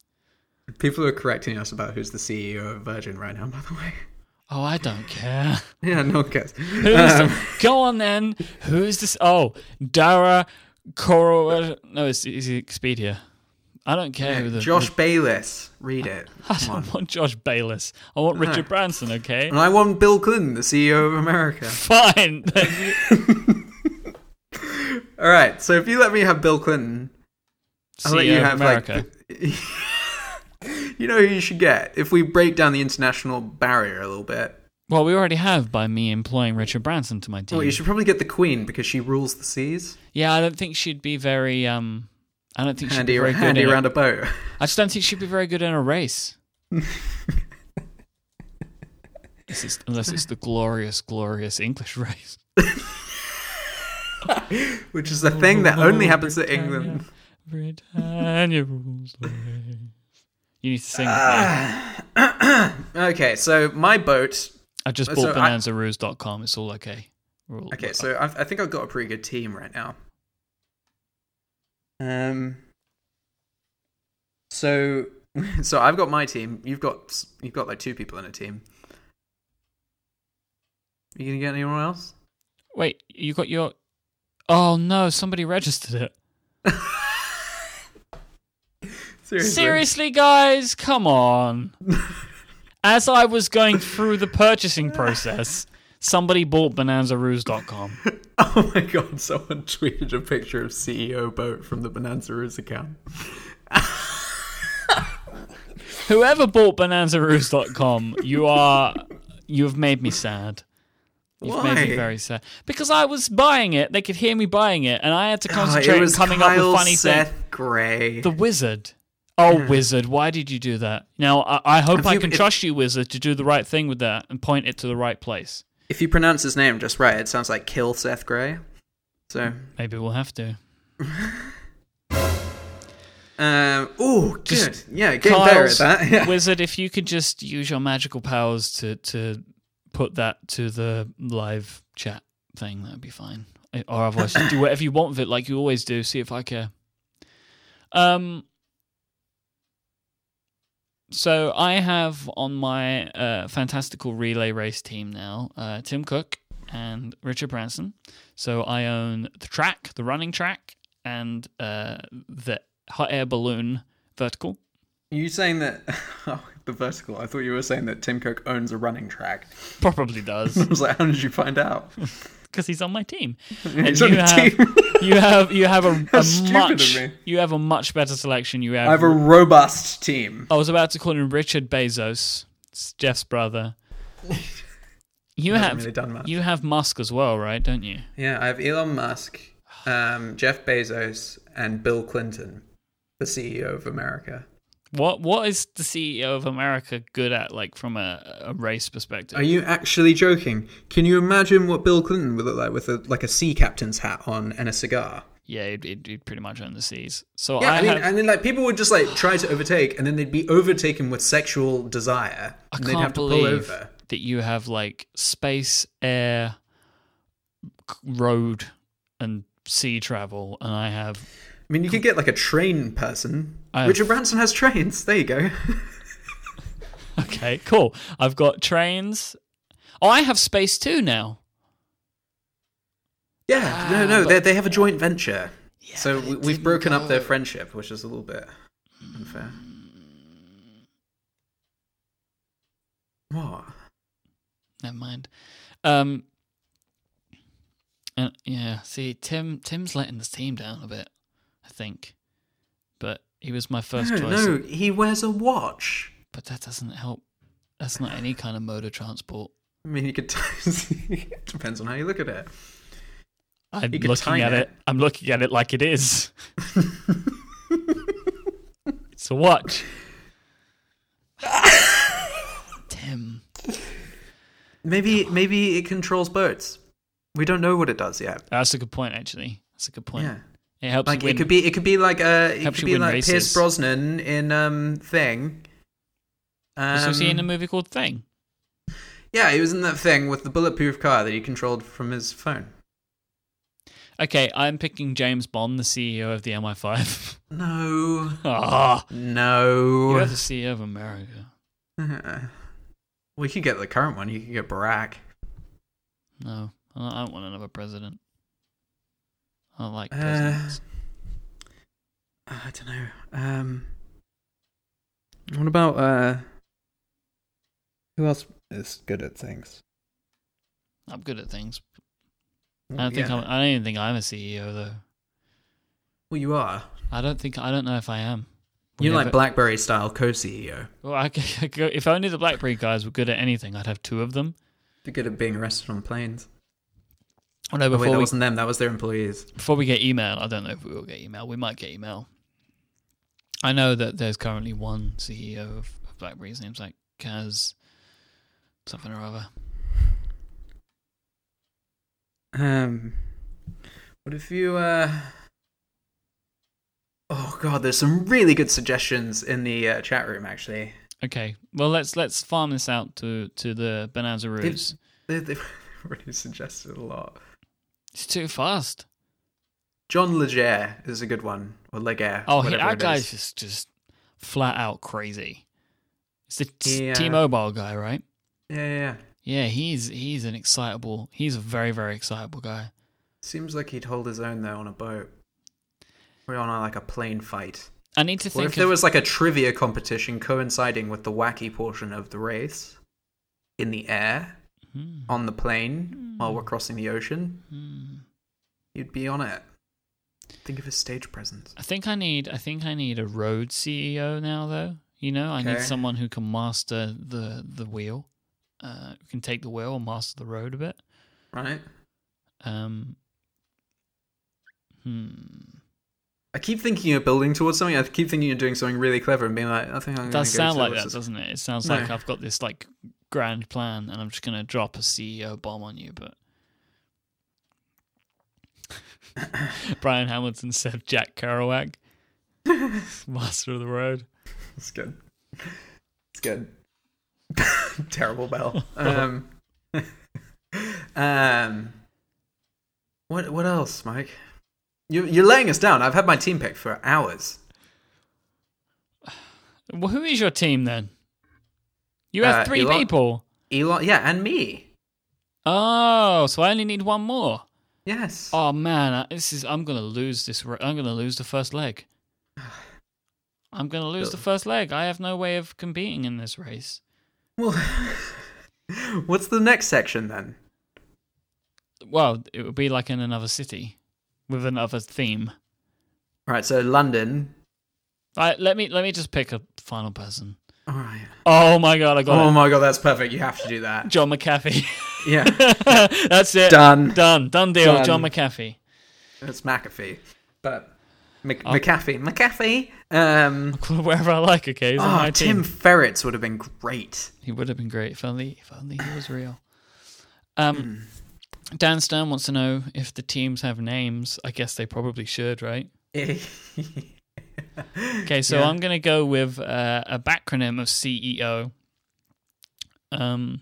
people are correcting us about who's the CEO of Virgin right now, by the way. um, Oh, I don't care. Yeah, no one cares. Who's Um, the, go on then. Who's this? Oh, Dara Coro. No, it's, it's Expedia. I don't care who the. Josh Bayless, read it. I don't want Josh Bayless. I want Richard Branson. Okay, And I want Bill Clinton, the CEO of America. fine. Then All right, so if you let me have Bill Clinton, I'll let you CEO of have America. like. you know who you should get if we break down the international barrier a little bit. well, we already have by me employing Richard Branson to my team. Well, you should probably get the Queen because she rules the seas. Yeah, I don't think she'd be very. Um, I don't think she'd Handy, be very handy good. in around a- a boat. I just don't think she'd be very good in a race. This is- unless it's the glorious, glorious English race. Which is a thing that only happens to England. Britannia rules the way. You need to sing. with Ah. me. Okay, so my boat. I just so bought I- bonanzaroos.com. It's all okay. We're all- Okay, so I've, I think I've got a pretty good team right now. Um. So, so I've got my team. You've got s- you've got like two people in a team. You gonna get anyone else? wait, you got your. Oh no! Somebody registered it. Seriously. Seriously, guys, come on. as I was going through the purchasing process, somebody bought bonanzaroos.com. Oh my god, someone tweeted a picture of CEO Boat from the Bonanza Roots account. Whoever bought bonanzaroos.com, you are you have made me sad. You've made me Why? very sad. Because I was buying it, they could hear me buying it, and I had to Oh, concentrate on coming up Kyle with funny Seth things. Gray. The wizard. Oh, wizard, why did you do that? Now, I, I hope Have I you- can it- trust you, wizard, to do the right thing with that and point it to the right place. If you pronounce his name just right, it sounds like Kill Seth Gray. So, Maybe we'll have to. um, oh, good. Just Yeah, getting better at Kyle's that. Yeah. Wizard, if you could just use your magical powers to to put that to the live chat thing, that'd be fine. Eh, Or otherwise, just do whatever you want with it, like you always do. See if I care. Um. So I have on my uh, fantastical relay race team now uh, Tim Cook and Richard Branson. So I own the track, the running track, and uh, the hot air balloon vertical. You saying that oh, the vertical? I thought you were saying that Tim Cook owns a running track. Probably does I was like, how did you find out? because he's on my team. He's you on the have- team. You have you have a, a stupid of much me. you have a much better selection. You have. I have a robust team. I was about to call him Richard Bezos, it's Jeff's brother. You Hasn't have really done much. you have Musk as well, right? Don't you? Yeah, I have Elon Musk, um, Jeff Bezos, and Bill Clinton, the CEO of America. What what is the CEO of America good at, like from a, a race perspective? Are you actually joking? Can you imagine what Bill Clinton would look like with a, like a sea captain's hat on and a cigar? yeah, he'd, he'd, he'd pretty much own the seas. So Yeah, I, I, mean, have, and then like people would just like try to overtake, and then they'd be overtaken with sexual desire, I can't and they'd have to pull believe over. that you have like space, air, c- road, and sea travel, and I have I mean, you could get like a train person. I have- Richard Branson has trains. There you go. okay, cool. I've got trains. Oh, I have space too now. yeah, Ah, no, no, they they have a joint venture. so we, we've broken up their friendship, which is a little bit unfair. Hmm. What? Never mind. Um. and- yeah. See, Tim. Tim's letting this team down a bit. I think, but he was my first No, choice. no, he wears a watch. But that doesn't help. That's not any kind of mode of transport. I mean, he could. it depends on how you look at it. I'm You could looking time at it. it. I'm looking at it like it is. it's a watch. Tim. Maybe, maybe it controls boats. We don't know what it does yet. That's a good point, actually. That's a good point. Yeah. It helps. Like you win. it could be, it could be like uh it Helps could you be win like races. Pierce Brosnan in um thing. Was Um, he in a movie called Thing? yeah, he was in that thing with the bulletproof car that he controlled from his phone. Okay, I'm picking James Bond, the CEO of the MI5. No, Ah, you're no. the CEO of America. we could get the current one. You could get Barack. No, I don't want another president. I don't like Uh, presidents. ah, I don't know. Um, what about uh, who else is good at things? I'm good at things. I don't think I'm, I don't even think I'm a CEO though. Well, you are. I don't think I don't know if I am. We You're never- like BlackBerry style E co-CEO. Well, I could- I could- if only the BlackBerry guys were good at anything, I'd have two of them. You're good at being arrested on planes. Oh no! Oh, wait, Before that we, wasn't them. That was their employees. before we get email, I don't know if we will get email. We might get email. I know that there's currently one CEO of of BlackBerry. His name's like Kaz something or other. Um, what if you? Uh... Oh god, there's some really good suggestions in the uh, chat room. Actually, Okay, well let's let's farm this out to to the Bonanza Roos. they, they've already suggested a lot. It's too fast. John Leger is a good one, or Leger. Oh, he, whatever that it guy's is. just just flat out crazy. It's the t- Yeah. T-Mobile guy, right? Yeah, yeah, yeah. Yeah, he's he's an excitable. He's a very very excitable guy. Seems like he'd hold his own though on a boat. We're on a, like a plane fight. I need to What think. if there of- was like a trivia competition coinciding with the wacky portion of the race in the air Hmm. on the plane while we're crossing the ocean? You'd be on it. Think of his stage presence. I think I need. I think I need a road CEO now, though. You know, I need Okay. someone who can master the the wheel, uh, who can take the wheel and master the road a bit. Right? Um, hmm. I keep thinking you're building towards something. I keep thinking you're doing something really clever and being like, I think It I'm going to go does sound like towards that, this. doesn't it? It sounds No. like I've got this like grand plan, and I'm just gonna drop a CEO bomb on you. But Brian Hamilton said Jack Kerouac, master of the road. It's good. It's good. Terrible bell. Um, um, what what else, Mike? You you're laying us down. I've had my team pick for hours. Well, who is your team then? You have Uh, three Elon- people. Elon, yeah, and me. Oh, so I only need one more. Yes. Oh man, I- this is I'm gonna lose this. ro- I'm gonna lose the first leg. I'm gonna lose the first leg. I have no way of competing in this race. Well, what's the next section then? Well, it would be like in another city with another theme. All right, so London. All right, let me let me just pick a final person. All right. Oh my god, I got Oh it. my god, that's perfect. You have to do that. John McAfee. Oh. Yeah, That's it. Done. Done. Done deal. Done. John McAfee. it's McAfee, but Mc- Oh. McAfee, McAfee. Um, Wherever I like, okay. He's on oh, my team. Tim Ferrets would have been great. He would have been great if only if only he was real. Hmm. Um, Dan Stern wants to know if the teams have names. I guess they probably should, right? Ah, Okay, so Yeah. I'm gonna go with uh, a backronym of CEO. Um,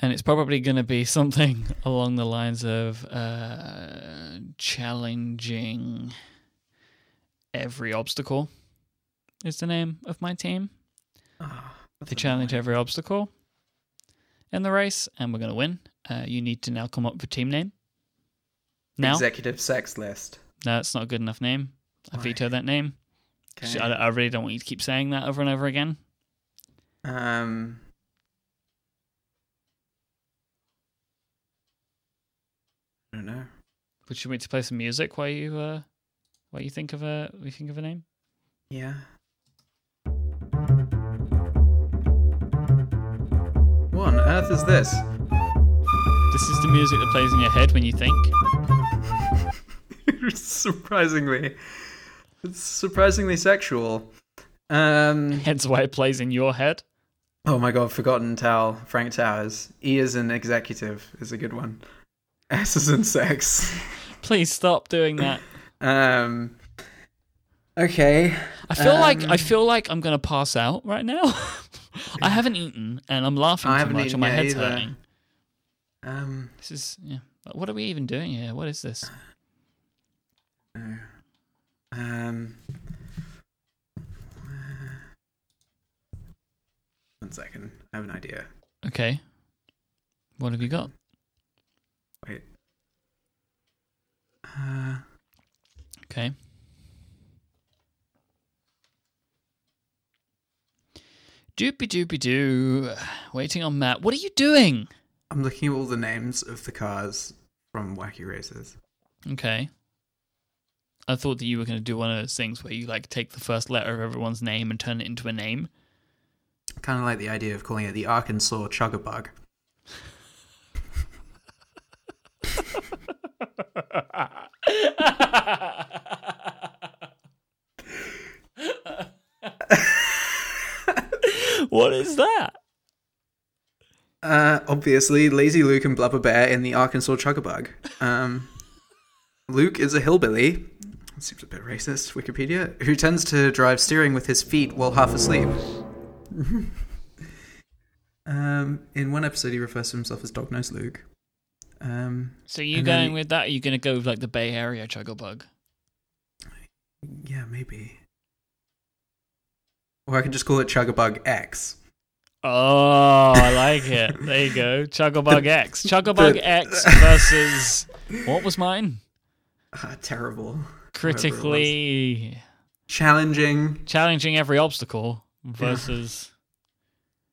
and it's probably gonna be something along the lines of uh, challenging every obstacle. Is the name of my team? They challenge every obstacle in the race, and we're going to win. Uh, you need to now come up with a team name. Now, Executive sex list. no, it's not a good enough name. I veto that name. Okay. I, I really don't want you to keep saying that over and over again. Um. I don't know. Would you want me to play some music while you uh, while you think of a you think of a name? Yeah. What on earth is this? This is the music that plays in your head when you think. surprisingly, it's surprisingly sexual. Um. Hence why it plays in your head. Oh my god, Forgotten Towel, Frank Towers. E is an executive is a good one. S is in sex. Please stop doing that. Um Okay. I feel like I feel like I'm gonna pass out right now. I haven't eaten and I'm laughing I too haven't much eaten and my yet head's either. hurting. Um This is yeah. What are we even doing here? What is this? um One second. I have an idea. Okay. What have you got? Wait. Uh Okay. Doopy doopy doo. Waiting on Matt. What are you doing? I'm looking at all the names of the cars from Wacky Races. Okay. I thought that you were going to do one of those things where you like take the first letter of everyone's name and turn it into a name. Kinda like the idea of calling it the Arkansas Chugabug. What is that? Uh, obviously, Lazy Luke and Blubber Bear in the Arkansas Chugabug. Um, Luke is a hillbilly. That seems a bit racist, Wikipedia. Who tends to drive steering with his feet while half asleep. um, in one episode, he refers to himself as Dog Nose Luke. Um, So you And then- going with that? Or you going to go with like the Bay Area Chugglebug? yeah, maybe. Or I could just call it Chugabug X. Oh, I like it. There you go. Chugglebug X. Chugglebug the- X versus what was mine? Ah, terrible. Whatever it was. Critically challenging. Challenging every obstacle versus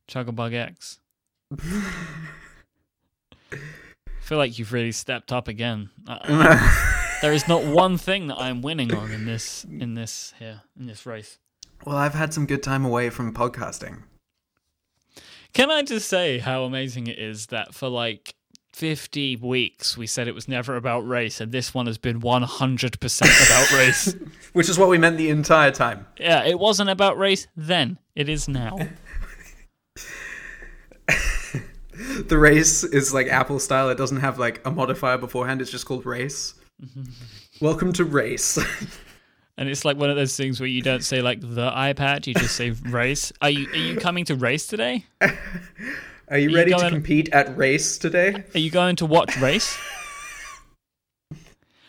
Chugabug X. I feel like you've really stepped up again. I- I- there is not one thing that I'm winning on in this in this here in this race. Well, I've had some good time away from podcasting. Can I just say how amazing it is that for like 50 weeks we said it was never about race and this one has been 100% about race. Which is what we meant the entire time. Yeah, it wasn't about race then, it is now. The race is like Apple style, it doesn't have like a modifier beforehand, it's just called race. Welcome to race. And it's like one of those things where you don't say like the iPad, you just say race. Are you are you coming to race today? Are you ready to going- compete at race today? Are you going to watch race?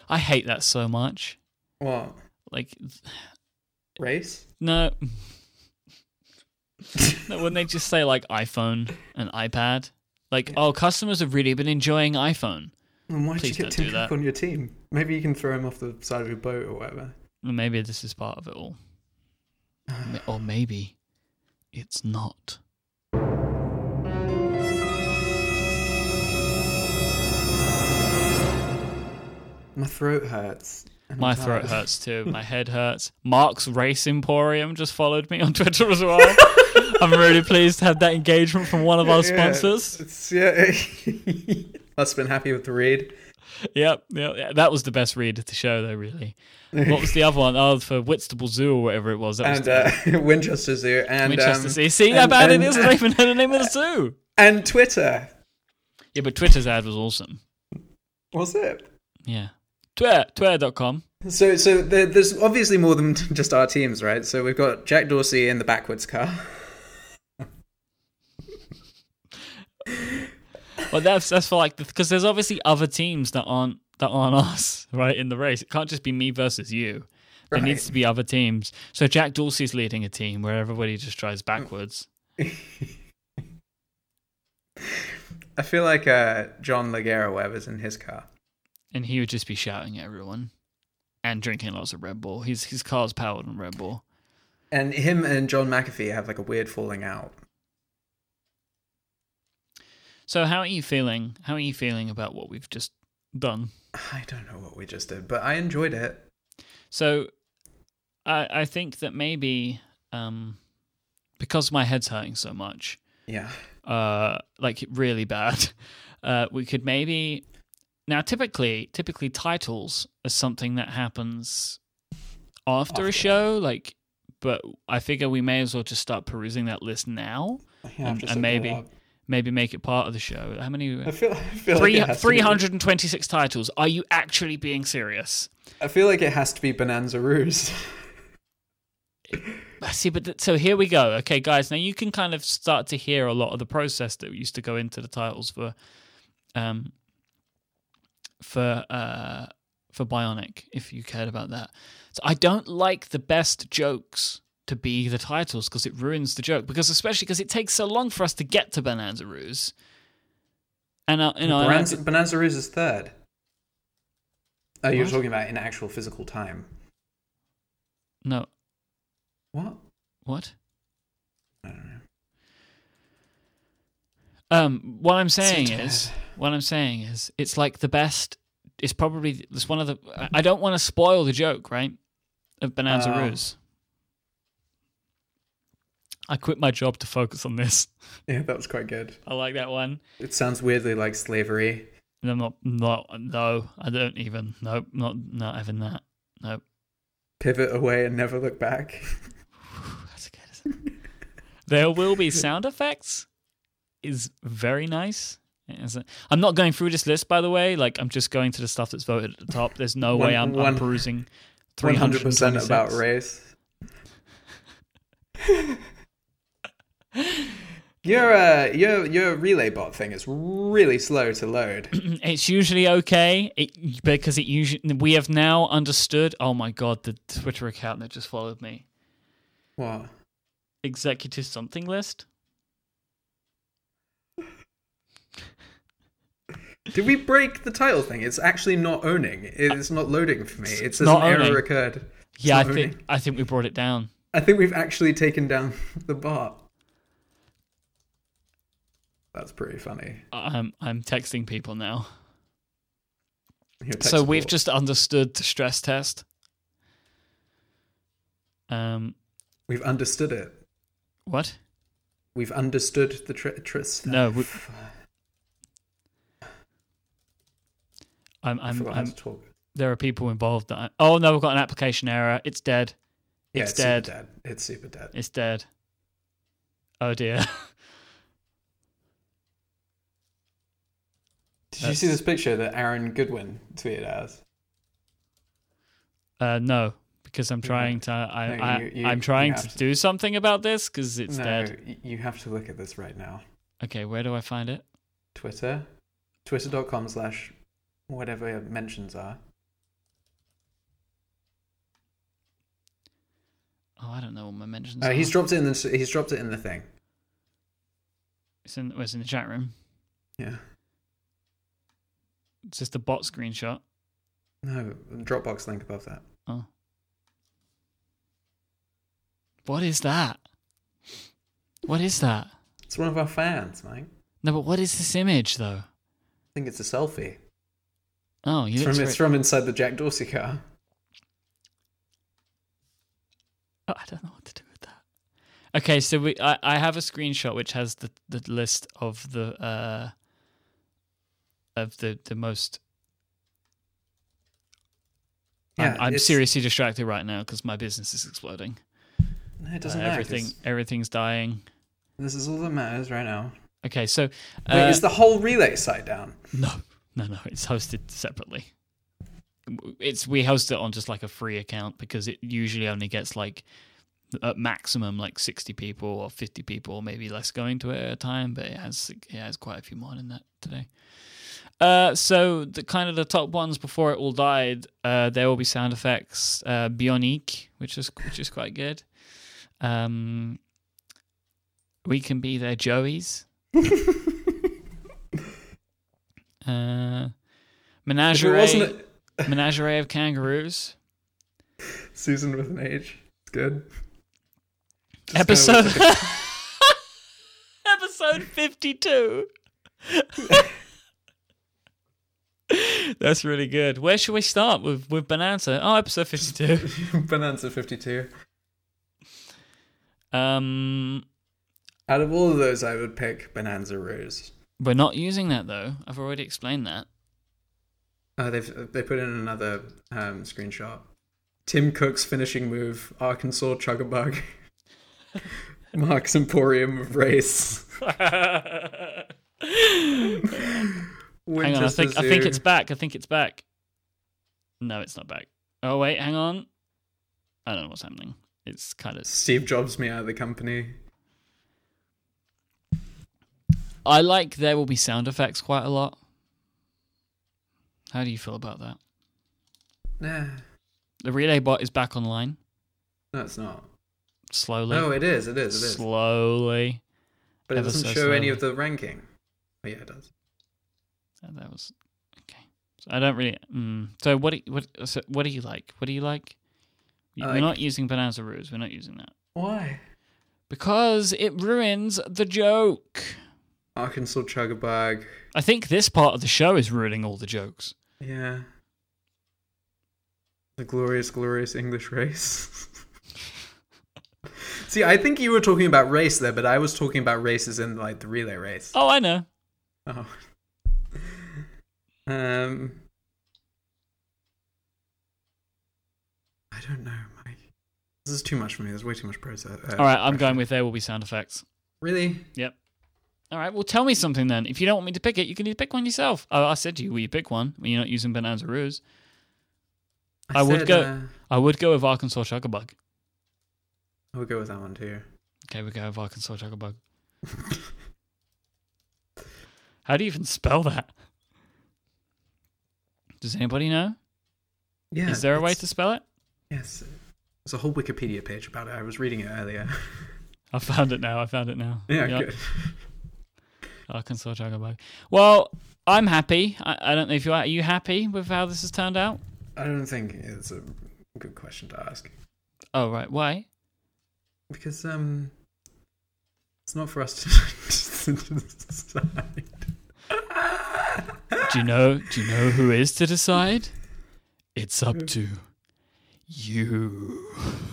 I hate that so much. What? Like Race? No. no wouldn't they just say like iPhone and iPad? Like, oh, customers have really been enjoying iPhone. And why'd Please you get don't Tim do Cook that. on your team? Maybe you can throw him off the side of your boat or whatever. Well, Maybe this is part of it all. Ma- Or maybe it's not. My throat hurts. and I'm My tired. throat hurts too. My head hurts. Mark's Race Emporium just followed me on Twitter as well. I'm really pleased to have that engagement from one of our Yeah, sponsors. it's- yeah. Must have been happy with the read. Yep, yeah, yeah, that was the best read of the show, though. Really, what was the other one? Oh, for Whitstable Zoo or whatever it was. That was And the- uh, Winchester Zoo. And, Manchester um, City. See, and- how bad and- it is. I don't even know the name of the zoo. And Twitter. Yeah, but Twitter's ad was awesome. Was it? Yeah. Twitter, twitter.com. So, so there, there's obviously more than just our teams, right? So we've got Jack Dorsey in the backwards car. Well, that's that's for like because there's obviously other teams that aren't that aren't us right in the race. It can't just be me versus you. There Right. needs to be other teams. So Jack Dorsey's leading a team where everybody just tries backwards. I feel like uh, John Laguerre, whatever's in his car. and he would just be shouting at everyone and drinking lots of Red Bull. His his car's powered on Red Bull. And him and John McAfee have like a weird falling out. So how are you feeling? How are you feeling about what we've just done? I don't know what we just did, but I enjoyed it. So, I I think that maybe um, because my head's hurting so much, Yeah. uh, like really bad, uh, we could maybe now typically typically titles is something that happens after a After. show, like. But I figure we may as well just start perusing that list now. yeah And- and maybe- Maybe make it part of the show. How many? I feel, I feel Three, like it has to be- 326 titles. Are you actually being serious? I feel like it has to be Bonanza Ruse. I see, but th- so here we go. Okay, guys, now you can kind of start to hear a lot of the process that used to go into the titles for, um, for uh, for Bionic, if you cared about that. So I don't like the best jokes to be the titles because it ruins the joke. Because especially because it takes so long for us to get to Bonanza Ruse. And uh, you know, and I- Bonanza, Bonanza Ruse is third. Oh, you were What? talking about in actual physical time. no, What? what? I don't know. Um, what I'm saying tired. is, what I'm saying is, it's like the best. It's probably it's one of the. I- I don't want to spoil the joke, right? Of Bonanza Oh. Ruse. I quit my job to focus on this. Yeah, that was quite good. I like that one. It sounds weirdly like slavery. And I'm not, not, no, I don't even, nope, not, not even that. Nope. Pivot away and never look back. That's good. Isn't it? there will be sound effects. Is very nice. Is it- I'm not going through this list, by the way. Like I'm just going to the stuff that's voted at the top. There's no way I'm, One- I'm perusing. One hundred percent 326. about race. your uh, your your relay bot thing is really slow to load. Mm, It's usually okay it, because it usually we have now understood. Oh my god, the Twitter account that just followed me, What? executive something list. Did we break the title thing? It's actually not owning. It's not loading for me. It says not an error owning. occurred. Yeah, I Not really. think I think we brought it down. I think we've actually taken down the bar. That's pretty funny. I'm I'm texting people now. Your tech So we've support. just understood to stress test. Um, we've understood it. what? We've understood the tri- tris. No, we- I'm I I'm, forgot how I'm to talk. there are people involved that I, oh no, we've got an application error. It's dead. Yeah, It's super dead. dead. It's super dead. It's dead. Oh dear. Did you see this picture that Aaron Goodwin tweeted us? Uh, no, because I'm trying to I, No, I you- you- I'm you trying have to to. do something about this because it's no, dead. y- you have to look at this right now. Okay, where do I find it? Twitter, twitter.com slash whatever your mentions are. Oh, I don't know what my mentions. Uh, are. he's dropped it in the he's dropped it in the thing. It's in, it's in the chat room. Yeah. It's just a bot screenshot. No, Dropbox link above that. Oh. What is that? What is that? It's one of our fans, Mike. I No, but what is this image though? think it's a selfie. Oh, you It's from, looked it's from inside the Jack Dorsey car. Oh, I don't know what to do with that. Okay, so we I, I have a screenshot which has the, the list of the uh of the the most. I'm, I'm it's- seriously distracted right now because my business is exploding. No, it Uh, doesn't matter. 'cause everything everything's dying. This is all that matters right now. Okay, so Wait, uh, is the whole relay site down? No, no, no. It's hosted separately. It's we host it on just like a free account because it usually only gets like at maximum like sixty people or fifty people, or maybe less going to it at a time. But it has it has quite a few more than that today. Uh, so the kind of the top ones before it all died, uh, there will be sound effects. Uh, Bionique, which is which is quite good. Um, we can be their Joeys. Uh, If it menagerie, wasn't menagerie of kangaroos. Susan with an H. It's good. Just go Episode with episode fifty-two. That's really good. Where should we start with with Bonanza? Oh, episode fifty-two. Bonanza 52. Um, Out of all of those, I would pick Bonanza Rose. we're not using that though. I've already explained that. Uh, they've they put in another um, screenshot. Tim Cook's finishing move: Arkansas Chugabug. Mark's Emporium of Race. Hang on, I Winchester think I think Zoo. it's back. I think it's back. No, it's not back. Oh wait, hang on. I don't know what's happening. It's kind of Steve Jobs me out of the company. I like there will be sound effects quite a lot. How do you feel about that? Nah, The relay bot is back online no, it's not. slowly, No, Oh, it is. It is. It is. slowly. but it ever doesn't so show any slowly. of the ranking. Oh yeah, it does. And Oh, that was okay. So I don't really. Mm. So what? Do, what? So what do you like? What do you like? I We're like- not using Bonanza Ruse. We're not using that Why? because it ruins the joke. Arkansas Chugabug. I think this part of the show is ruining all the jokes. Yeah. The glorious, glorious English race. See, I think you were talking about race there, but I was talking about races in like the relay race. Oh, I know. Oh. Um. I don't know, Mike. This is too much for me. There's way too much process. Uh, All right, I'm going with there will be sound effects. Really? Yep. All right, well, tell me something then. If you don't want me to pick it, you can either pick one yourself. Oh, I said to you, will you pick one when you're not using Bonanza Ruse? I, would said, go. uh, I would go with Arkansas Chuckabug. I would go with that one too. Okay, we go with Arkansas Chuckabug. How do you even spell that? Does anybody know? Yeah. Is there a way it's- to spell it? Yes. There's a whole Wikipedia page about it. I was reading it earlier. I found it now. I found it now. yeah, Yep. good. Arkansas Jaguar. Well, I'm happy. I, I don't know if you are. Are you happy with how this has turned out? I don't think it's a Good question to ask. Oh right, why? Because um, it's not for us to decide. Do you know? Do you know who is to decide? It's up to you.